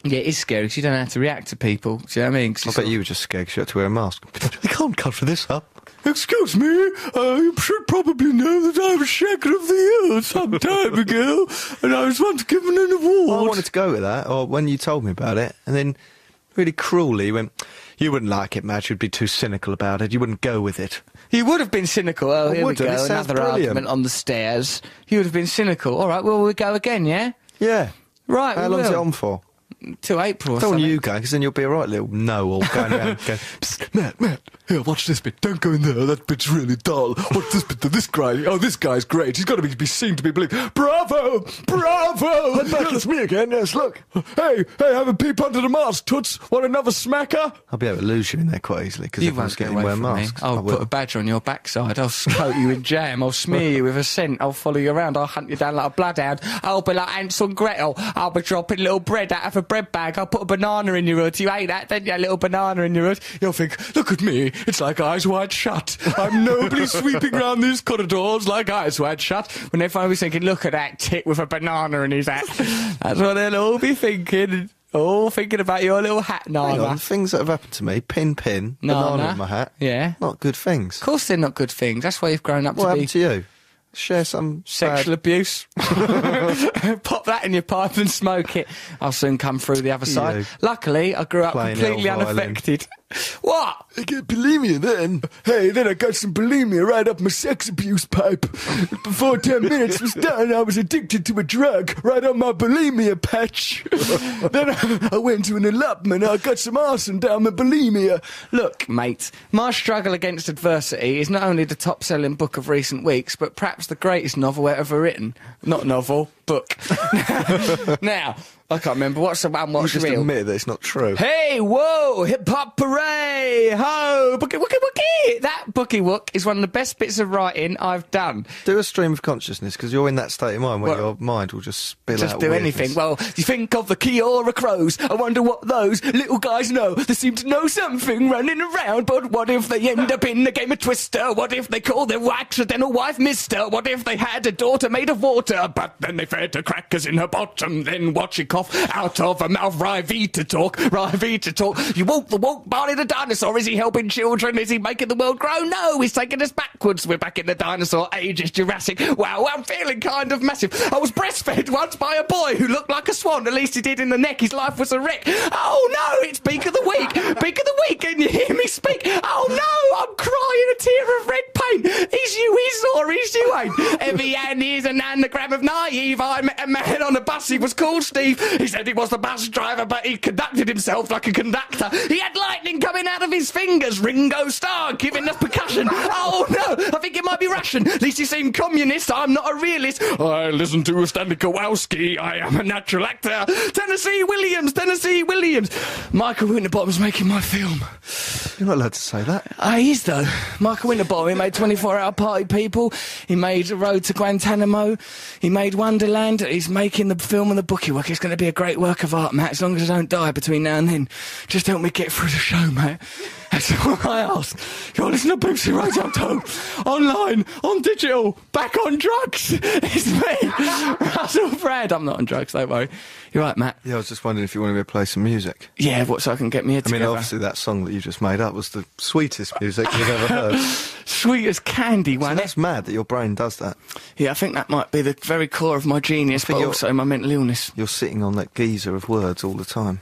Yeah, it is scary because you don't know how to react to people. Do you know what I mean? 'Cause
I
it's
bet you were just scared 'cause you had to wear a mask. I can't cover this up.
Excuse me, uh, you should probably know that I was Shaker of the Year some time ago, and I was once given
I
an award.
wanted to go with that, or when you told me about it, and then really cruelly you went, "You wouldn't like it, Madge. You'd be too cynical about it. You wouldn't go with it."
You would have been cynical. Oh,
I
here we
would've.
go.
It sounds
Another
brilliant.
argument on the stairs. You would have been cynical. All right, well, we go again, yeah?
Yeah.
Right,
How
we
long's it
will.
on for?
Till April or
Don't want
something.
you going, because then you'll be a right little know-all going around going,
Psst, Matt, Matt, here, watch this bit. Don't go in there. That bit's really dull. Watch this bit. This guy. Oh, this guy's great. He's got to be, be seen to be believed. Bravo! Bravo! And back, it's me again. Yes, look. Hey, hey, have a peep under the mask, Toots. Want another smacker?
I'll be able to lose you in there quite easily because
You
everyone's
won't get
getting
away
wear
from
masks.
me. I'll
I will.
put a badger on your backside. I'll coat you in jam. I'll smear you with a scent. I'll follow you around. I'll hunt you down like a bloodhound. I'll be like Ansel and Gretel. I'll be dropping little bread out of a bread bag. I'll put a banana in your hood. You ate that, didn't you? A little banana in your hood.
You'll think, look at me. It's like eyes wide shut. I'm nobly sweeping round these corridors like eyes wide shut.
When everyone was thinking, look at that tit with a banana in his hat. That's what they'll all be thinking. All thinking about your little hat,
Hang
Nana.
on, things that have happened to me, pin, pin,
Nana.
banana in my hat.
Yeah.
Not good things.
Of course they're not good things. That's why you've grown up
What
to be
happened to you? Share some
Sexual abuse. Pop that in your pipe and smoke it. I'll soon come through the other side.
You.
Luckily, I grew up
Playing
completely
little violin.
unaffected. What?
I get bulimia then. Hey, then I got some bulimia right up my sex abuse pipe. Before 10 minutes was done, I was addicted to a drug right on my bulimia patch. then I, I went to an allotment. I got some arson down my bulimia.
Look, mate, My Struggle Against Adversity is not only the top selling book of recent weeks, but perhaps the greatest novel ever written. Not novel, book. now, I can't remember what's the one,
You
what's
just
real.
admit that it's not true.
Hey, whoa, hip hop hooray, ho, bookie wookie wookie. That bookie wook is one of the best bits of writing I've done.
Do a stream of consciousness because you're in that state of mind where
Well,
your mind will just spill
Just
out.
do
weirdness.
anything. Well, you think of the Kiora crows. I wonder what those little guys know. They seem to know something running around, but what if they end up in a game of Twister? What if they call their accidental wife Mister? What if they had a daughter made of water, but then they fed her crackers in her bottom? Then what she called.
off, out of a mouth, Rivita talk, Rivita talk. You walk the walk, Barney the dinosaur. Is he helping children? Is he making the world grow? No, he's taking us backwards. We're back in the dinosaur ages, Jurassic. Wow, I'm feeling kind of massive. I was breastfed once by a boy who looked like a swan. At least he did in the neck. His life was a wreck. Oh no, it's Beak of the Week. Beak of the Week, and you hear me speak. Oh no, I'm crying a tear of red paint. Is you is or is you ain't? Every hand is an anagram of naive. I met a man on a bus. He was called Steve. He said he was the bus driver, but he conducted himself like a conductor. He had lightning coming out of his fingers. Ringo Starr giving us percussion. Oh no, I think it might be Russian. At least he seemed communist. I'm not a realist. I listen to Stanley Kowalski. I am a natural actor. Tennessee Williams. Tennessee Williams. Michael Winterbottom's making my film.
You're not allowed to say that.
Ah, he is though. Michael Winterbottom. He made 24 Hour Party People. He made Road to Guantanamo. He made Wonderland. He's making the film and the bookie work. It's going to be a great work of art, Matt. As long as I don't die between now and then, just help me get through the show, Matt. That's all I ask. You want to listen to BBC Radio Tone online, on digital, back on drugs. It's me, Russell Brand. I'm not on drugs. Don't worry. You're right, Matt.
Yeah, I was just wondering if you wanted me to play some music.
Yeah, what so I can get me a
I mean,
together.
obviously, that song that you just made up was the sweetest music you've ever heard.
Sweet as candy, one.
That's mad that your brain does that.
Yeah, I think that might be the very core of my genius, but
you're-
also my mental illness.
You're sitting on that geezer of words all the time.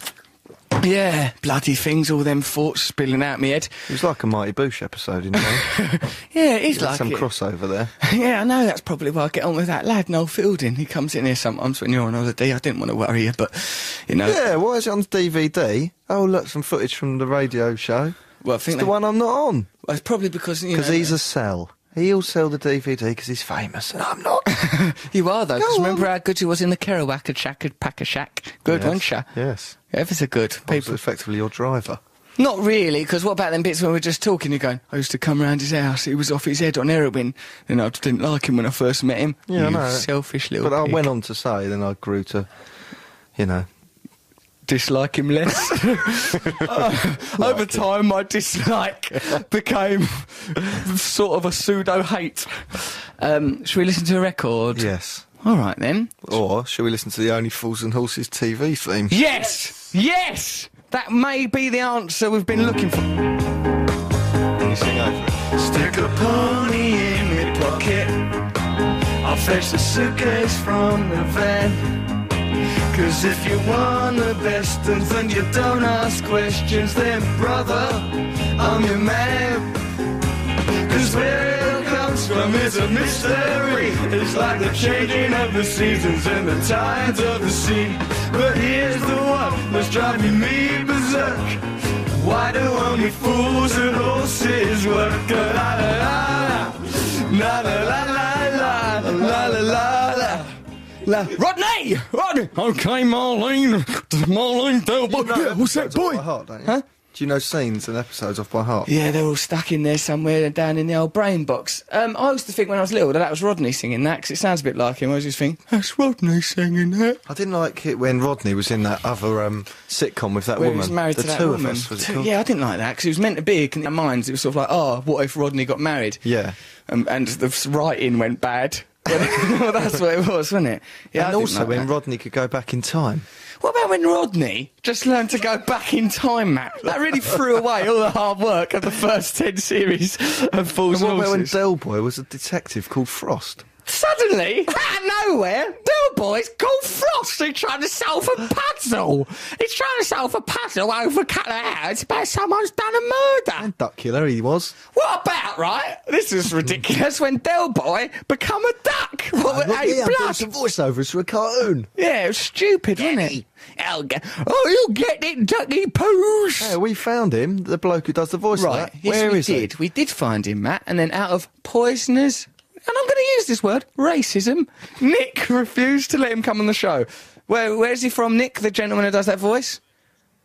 Yeah, bloody things, all them thoughts spilling out me head.
It was like a Mighty Boosh episode, you know.
Yeah, it is
There's
like
some
it.
crossover there.
Yeah, I know. That's probably why I get on with that lad, Noel Fielding. He comes in here sometimes when you're on holiday. I didn't want to worry you, but you know.
Yeah, why is it on DVD? Oh, look, some footage from the radio show.
Well, I
It's
think
the
they-
one I'm not on.
well, it's probably because you know,
Because he's a sell. He'll sell the DVD because he's famous, and I'm not.
you are though. 'cause
Go
remember how good you was in the Kerouac shack and pack a shack. Good
Yes,
one, Sha.
Yes.
Ever's a good
People.
people.
effectively your driver.
Not really, because what about them bits when we were just talking? You're going, I used to come round his house, he was off his head on heroin, and I just didn't like him when I first met him.
Yeah, I
you
know.
selfish little
But uh, I
pig.
went on to say, then I grew to, you know,
dislike him less. Uh, over time, my dislike became sort of a pseudo hate. Um, should we listen to a record?
yes.
All right then.
Or should we listen to the Only Fools and Horses TV theme?
Yes! Yes! That may be the answer we've been looking for.
You sing over it.
Stick a pony in my pocket. I'll fetch the suitcase from the van. Cause if you want the best of then you don't ask questions, then brother, I'm your man. Cause where it comes from is a mystery. It's like the changing of the seasons and the tides of the sea. But here's the one that's driving me berserk. Why do only fools and horses work? La la la la la la la la la la la la.
La- Rodney! Rodney! Okay, Marlene. Marlene Delbo. yeah, what's that
Oh, Episodes off
boy?
by heart, don't you?
Huh?
Do you know scenes and episodes off by heart?
Yeah, they're all stuck in there somewhere and down in the old brain box. Um, I used to think when I was little that that was Rodney singing that 'cause it sounds a bit like him. I was just thinking, that's Rodney singing that.
I didn't like it when Rodney was in that other um, sitcom with that
Where
woman.
he was married
the
to that
two
woman.
of us was it
Two-
called?
Yeah, I didn't like that because it was meant to be. In our minds, it was sort of like, oh, what if Rodney got married?
Yeah.
Um, and the s- writing went bad. well, that's what it was, wasn't it? Yeah, I
and
didn't
also
like
when
that.
Rodney could go back in time.
What about when Rodney just learned to go back in time, Matt? That really threw away all the hard work of the first 10 series of Fools
And
and
what about when
Horses.
Del Boy was a detective called Frost?
Suddenly, out of nowhere, Del Boy's called Frost who's trying to solve a puzzle. He's trying to solve a puzzle over Cutler's about someone's done a murder.
Duckula he was.
What about, right? This is ridiculous when Del Boy become a duck. What with eight blood?
voiceovers for a cartoon.
Yeah, it was stupid, wasn't it? Oh, g- oh, you get it, ducky poos.
Yeah, we found him, the bloke who does the voice.
Right,
Of that.
yes,
Where
we
is
did. We did find him, Matt, and then out of poisoners, and I'm going to use this word, racism, Nick refused to let him come on the show. Where, where's he from, Nick, the gentleman who does that voice?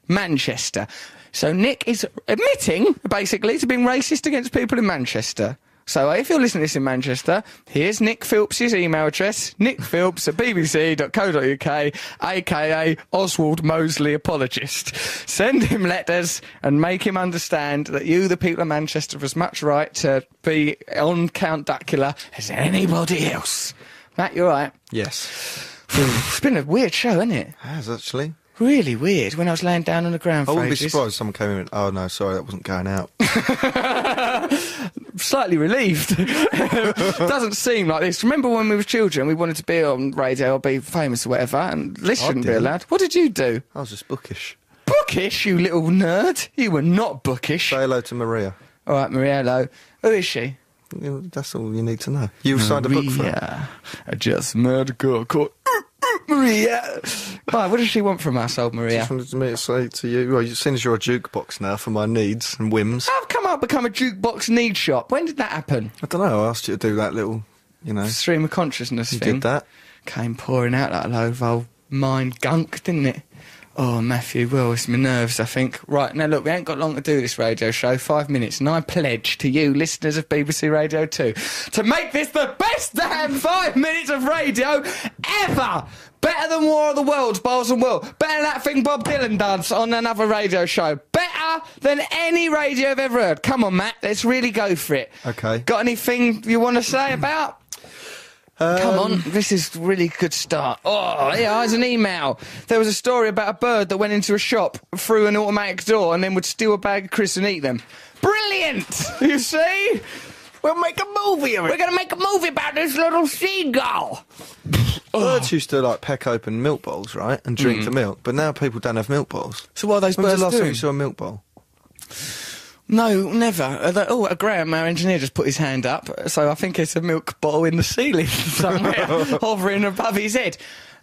Manchester. So Nick is admitting, basically, to being racist against people in Manchester. So if you're listening to this in Manchester, here's Nick Philps's email address, nickphilps at bbc.co.uk, aka Oswald Mosley Apologist. Send him letters and make him understand that you, the people of Manchester, have as much right to be on Count Duckula as anybody else. Matt, you're right.
Yes.
it's been a weird show, hasn't it?
has actually.
Really weird. When I was laying down on the ground,
I
for
wouldn't be
ages.
surprised if someone came in. and, Oh no, sorry, that wasn't going out.
slightly relieved. Doesn't seem like this. Remember when we were children, we wanted to be on radio or be famous or whatever, and this
I
shouldn't be
didn't.
allowed. What did you do?
I was just bookish.
Bookish, you little nerd. You were not bookish.
Say hello to Maria.
All right, Maria, hello. Who is she?
You- That's all you need to know. You signed a book for it.
Maria. I just murdered a girl called Maria. Right, what does she want from us, old Maria?
Just wanted me to say to you, well, you- since you're a jukebox now for my needs and whims,
I've come out become a jukebox need shop. When did that happen?
I don't know. I asked you to do that little, you know,
Stream of consciousness
you
thing.
did that.
came pouring out that load of old mind gunk, didn't it? Oh, Matthew, well, it's my nerves, I think. Right, now look, we ain't got long to do this radio show, five minutes, and I pledge to you, listeners of BBC Radio 2, to make this the best damn five minutes of radio ever! Better than War of the Worlds, Bowls and Will. Better than that thing Bob Dylan does on another radio show. Better than any radio I've ever heard. Come on, Matt, let's really go for it.
Okay.
Got anything you want to say about? Come on, Um, this is really good start. Oh, yeah, here's an email. There was a story about a bird that went into a shop, through an automatic door, and then would steal a bag of crisps and eat them. Brilliant! You see?
We'll make a movie of
We're gonna make a movie about this little seagull!
Birds used to like peck open milk bowls, right, and drink
Mm-hmm.
the milk. But now people don't have milk bowls.
So what are those
When was
birds
the last time
doing?
you saw a milk bowl?
No, never. Uh, that- Oh, uh, Graham, our engineer, just put his hand up, so I think it's a milk bottle in the ceiling somewhere, hovering above his head.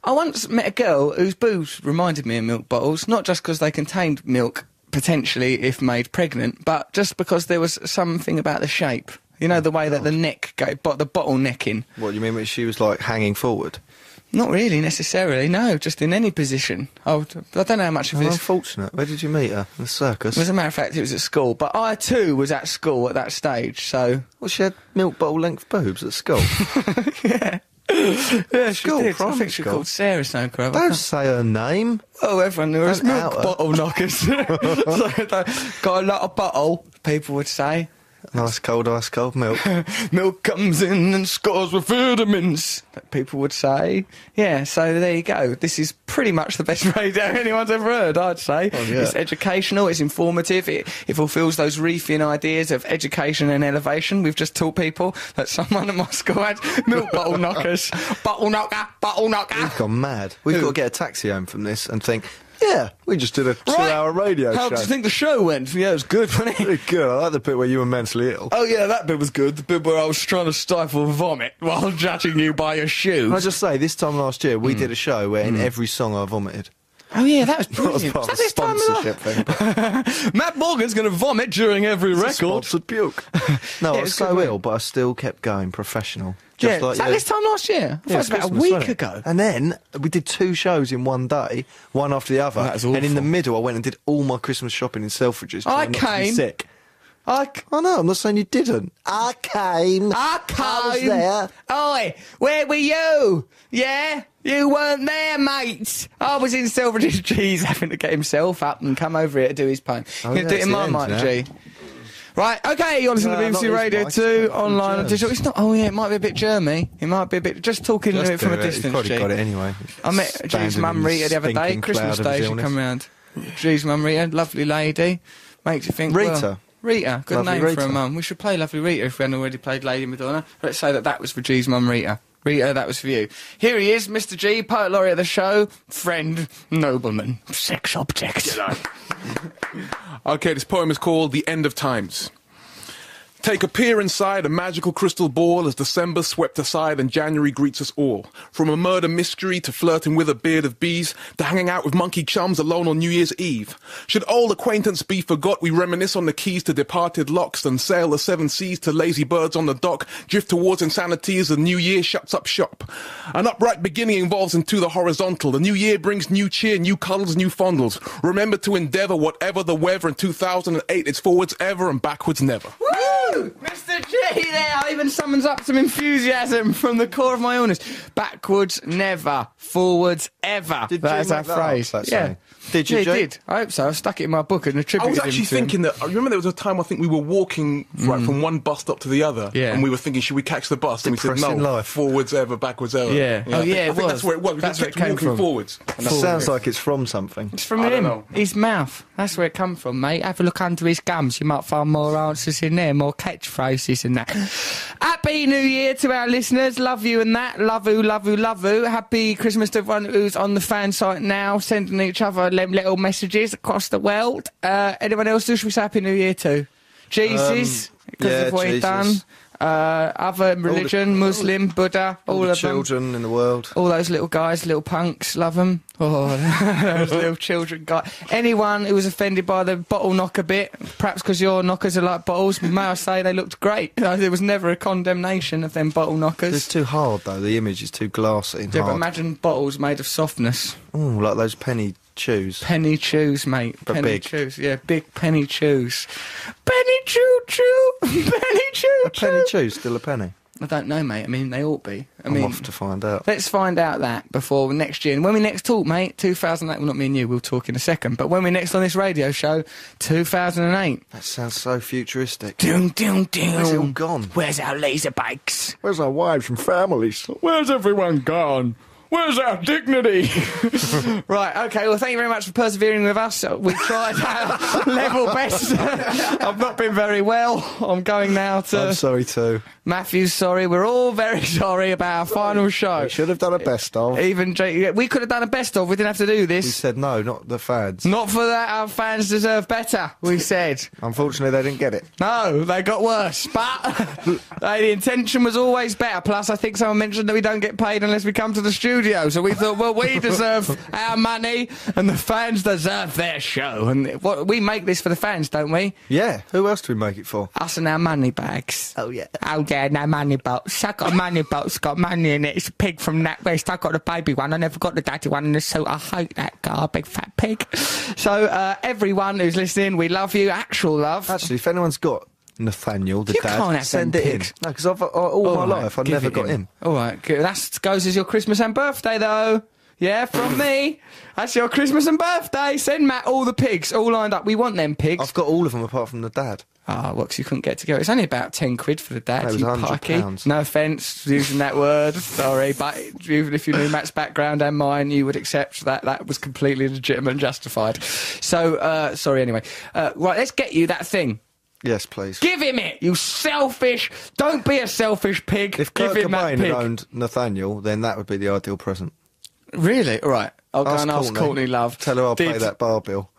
I once met a girl whose boobs reminded me of milk bottles, not just because they contained milk, potentially if made pregnant, but just because there was something about the shape. You know, the way that the neck, go, but the bottle necking.
What you mean? When she was like hanging forward.
Not really necessarily, no, just in any position. I, would, I don't know how much of
How
this
unfortunate. Where did you meet her? The circus.
As a matter of fact, it Uh-huh. was at school, but I too was at school at that stage, so.
Well, she had milk bottle length boobs at school.
Yeah,
School,
she did. I
primary
think she
school.
called Sarah Snowcrow. I
Don't
can't-
say her name.
Oh, everyone knew her as
don't
milk
out her.
bottle knockers. So they got a lot of bottle, people would say.
Nice cold, ice cold milk.
Milk comes in and scores with vitamins, that people would say. Yeah, so there you go. This is pretty much the best radio anyone's ever heard, I'd say.
yeah.
It's educational, it's informative, it, it fulfills those reefing ideas of education and elevation. We've just taught people that someone at my school had milk bottle knockers. bottle knocker, bottle knocker.
We've gone mad. We've
Who?
got to get a taxi home from this and think, yeah, we just did a two-hour radio
How
show.
do you think the show went? Yeah, it was good, wasn't it?
Pretty good. I like the bit where you were mentally ill.
Oh yeah, that bit was good. The bit where I was trying to stifle vomit while judging you by your
Can I
shoes.
just say, this time last year,
Hmm.
we did a show where in every song I vomited.
Oh yeah, that was
Not as
brilliant.
part
Was that this
of the
time of
sponsorship thing. but
life? Matt Morgan's going to vomit during every
it's a
record.
Sponsored puke.
Yeah,
No, I
it
was
was
so
good, wasn't
ill, but I still kept going professional.
yeah,
Just like
was that
you.
this time last year? I thought
Yeah,
it was about
Christmas,
a
wasn't
week
it?
ago.
And then we did two shows in one day, one after the other.
That is
And in the
awful.
middle, I went and did all my Christmas shopping in Selfridges. 'cause
I
I'm not to be
came.
sick.
I, c-
I know. I'm not saying you didn't. I came.
I
was
came.
there.
Oi, where were you? Yeah, you weren't there, mate. I was in Silveridge G's having to get himself up and come over here to do his poem.
Oh,
you
yeah,
going to do it
it's
in
the
my
end
mic,
now.
G. Right, okay, you're listening
No,
to
not
BBC
this
Radio
mic,
2,
it's
online
from
and digital.
Germs.
It's not, oh yeah, it might be a bit germy. It might be a bit, just talking
Just
to it from
do
a
He's
distance,
probably
G.
got it anyway.
I met
Standing
G's mum
in the
Rita the other day,
stinking
Christmas
cloud of
Day,
his
she
illness.
come round. G's mum Rita, lovely lady. Makes you think.
Rita.
well, Rita, good
Lovely
name for a
Rita.
mum. We should play Lovely Rita if we hadn't already played Lady Madonna. Let's say that that was for G's mum Rita. Rita, that was for you. Here he is, Mr. G, poet laureate of the show, friend, nobleman, sex object.
Okay, this poem is called The End of Times. Take a peer inside a magical crystal ball as December swept aside and January greets us all. From a murder mystery to flirting with a beard of bees to hanging out with monkey chums alone on New Year's Eve. Should old acquaintance be forgot, we reminisce on the keys to departed locks and sail the seven seas to lazy birds on the dock, drift towards insanity as the new year shuts up shop. An upright beginning evolves into the horizontal. The new year brings new cheer, new cuddles, new fondles. Remember to endeavor whatever the weather in 2008, it's forwards ever and backwards never.
Woo! Mr. G there even summons up some enthusiasm from the core of my illness. Backwards never, forwards ever.
Did
that
you
is our
make that up,
phrase.
that
yeah.
saying?
Did you,
Yeah,
Jake?
did. I hope so. I stuck it in my book and
I
attributed
was
him
actually
to him.
thinking that. I remember there was a time I think we were walking right from one bus stop to the other,
Yeah.
and we were thinking, should we catch the bus? And we said, no,
Depressing life.
forwards ever, backwards ever.
Yeah. Oh,
I think,
yeah,
I
it
think
was.
that's where it was. We
That's
just
where it
kept
came
walking
from.
forwards. And that's-
Sounds like it's from something.
It's from
I don't
him.
know.
His mouth. That's where it come from, mate. Have a look under his gums. You might find more answers in there, more catchphrases and that. Happy New Year to our listeners. Love you and that. Love you, love you, love you. Happy Christmas to everyone who's on the fan site now, sending each other them little messages across the world. Uh, anyone else who should we say Happy New Year to? Jesus, because
Um, yeah,
of what he's
Jesus.
done. Uh, other
the-
religion, Muslim, Buddha, all,
All the
of them.
children in the world.
All those little guys, little punks, love them. Oh, those little children guys. Anyone who was offended by the bottle knocker bit, perhaps because your knockers are like bottles, may I say they looked great. No, There was never a condemnation of them bottle
It's
knockers.
too hard though. The image is too glassy and
Yeah, but
hard.
imagine bottles made of softness.
Ooh, like those penny chews.
Penny chews, mate.
But
penny
big.
chews, yeah, big penny chews. Penny chew chew, penny chew
A penny chew, still a penny.
I don't know, mate. I mean, they ought be. I
I am
mean,
off to find out.
Let's find out that before next year. And when we next talk, mate, 2008, well, not me and you, we'll talk in a second, but when we next on this radio show, 2008.
That sounds so futuristic.
Doom, doom, doom.
Where's it all gone?
Where's our laser bikes?
Where's our wives and families? Where's everyone gone? Where's our dignity?
Right, okay, well, thank you very much for persevering with us. Uh, We tried our level best. I've not been very well. I'm going now
I'm
to
sorry too.
Matthew's sorry. We're all very sorry about our final show.
We should have done a best of.
Even Jake, we could have done a best of. We didn't have to do
We
this.
said no, not the fads.
Not for that. Our fans deserve better. We said.
Unfortunately, they didn't get it.
No, they got worse. But like, the intention was always better. Plus, I think someone mentioned that we don't get paid unless we come to the studio. So we thought, well, we deserve our money, and the fans deserve their show. And what we make this for the fans, don't we?
Yeah, who else do we make it for?
Us and our money bags.
Oh, yeah.
Oh yeah, no money box. I got a money box, got money in it. It's a pig from that west. I got the baby one. I never got the daddy one in the suit. I hate that guy, big fat pig. So uh, everyone who's listening, we love you. Actual love.
Actually, if anyone's got Nathaniel, the
You
dad,
can't have
send
them
it
pigs.
in. No, because I've, I, all,
All
my
right,
life I've
give
never
it
got in.
All right, good. that goes as your Christmas and birthday, though. Yeah, from me. That's your Christmas and birthday. Send Matt all the pigs, all lined up. We want them pigs.
I've got all of them apart from the dad.
Ah, oh, well, 'cause you couldn't get together. It's only about 10 quid for the dad,
No, it was
you
100
pikey.
pounds.
No offence using that word, sorry, but even if you knew Matt's background and mine, you would accept that that was completely legitimate and justified. So, uh, sorry anyway. Uh, right, let's get you that thing.
Yes, please.
Give him it, you selfish. Don't be a selfish pig.
if
Give
Kurt
him that
Cobain
pig.
had owned Nathaniel, then that would be the ideal present.
Really? All right. I'll go and ask Courtney Love.
Tell her I'll pay
Did-
that bar bill.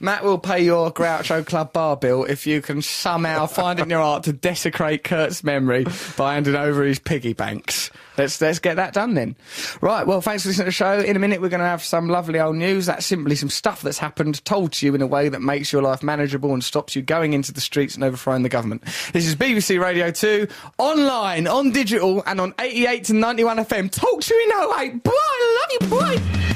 Matt will pay your Groucho Club bar bill if you can somehow find it in your heart to desecrate Kurt's memory by handing over his piggy banks. Let's let's get that done then. Right. Well, thanks for listening to the show. In a minute, we're going to have some lovely old news. That's simply some stuff that's happened told to you in a way that makes your life manageable and stops you going into the streets and overthrowing the government. This is BBC Radio Two online, on digital, and on 88 to 91 FM. Talk to you in 08. Boy, I oh love you, boy.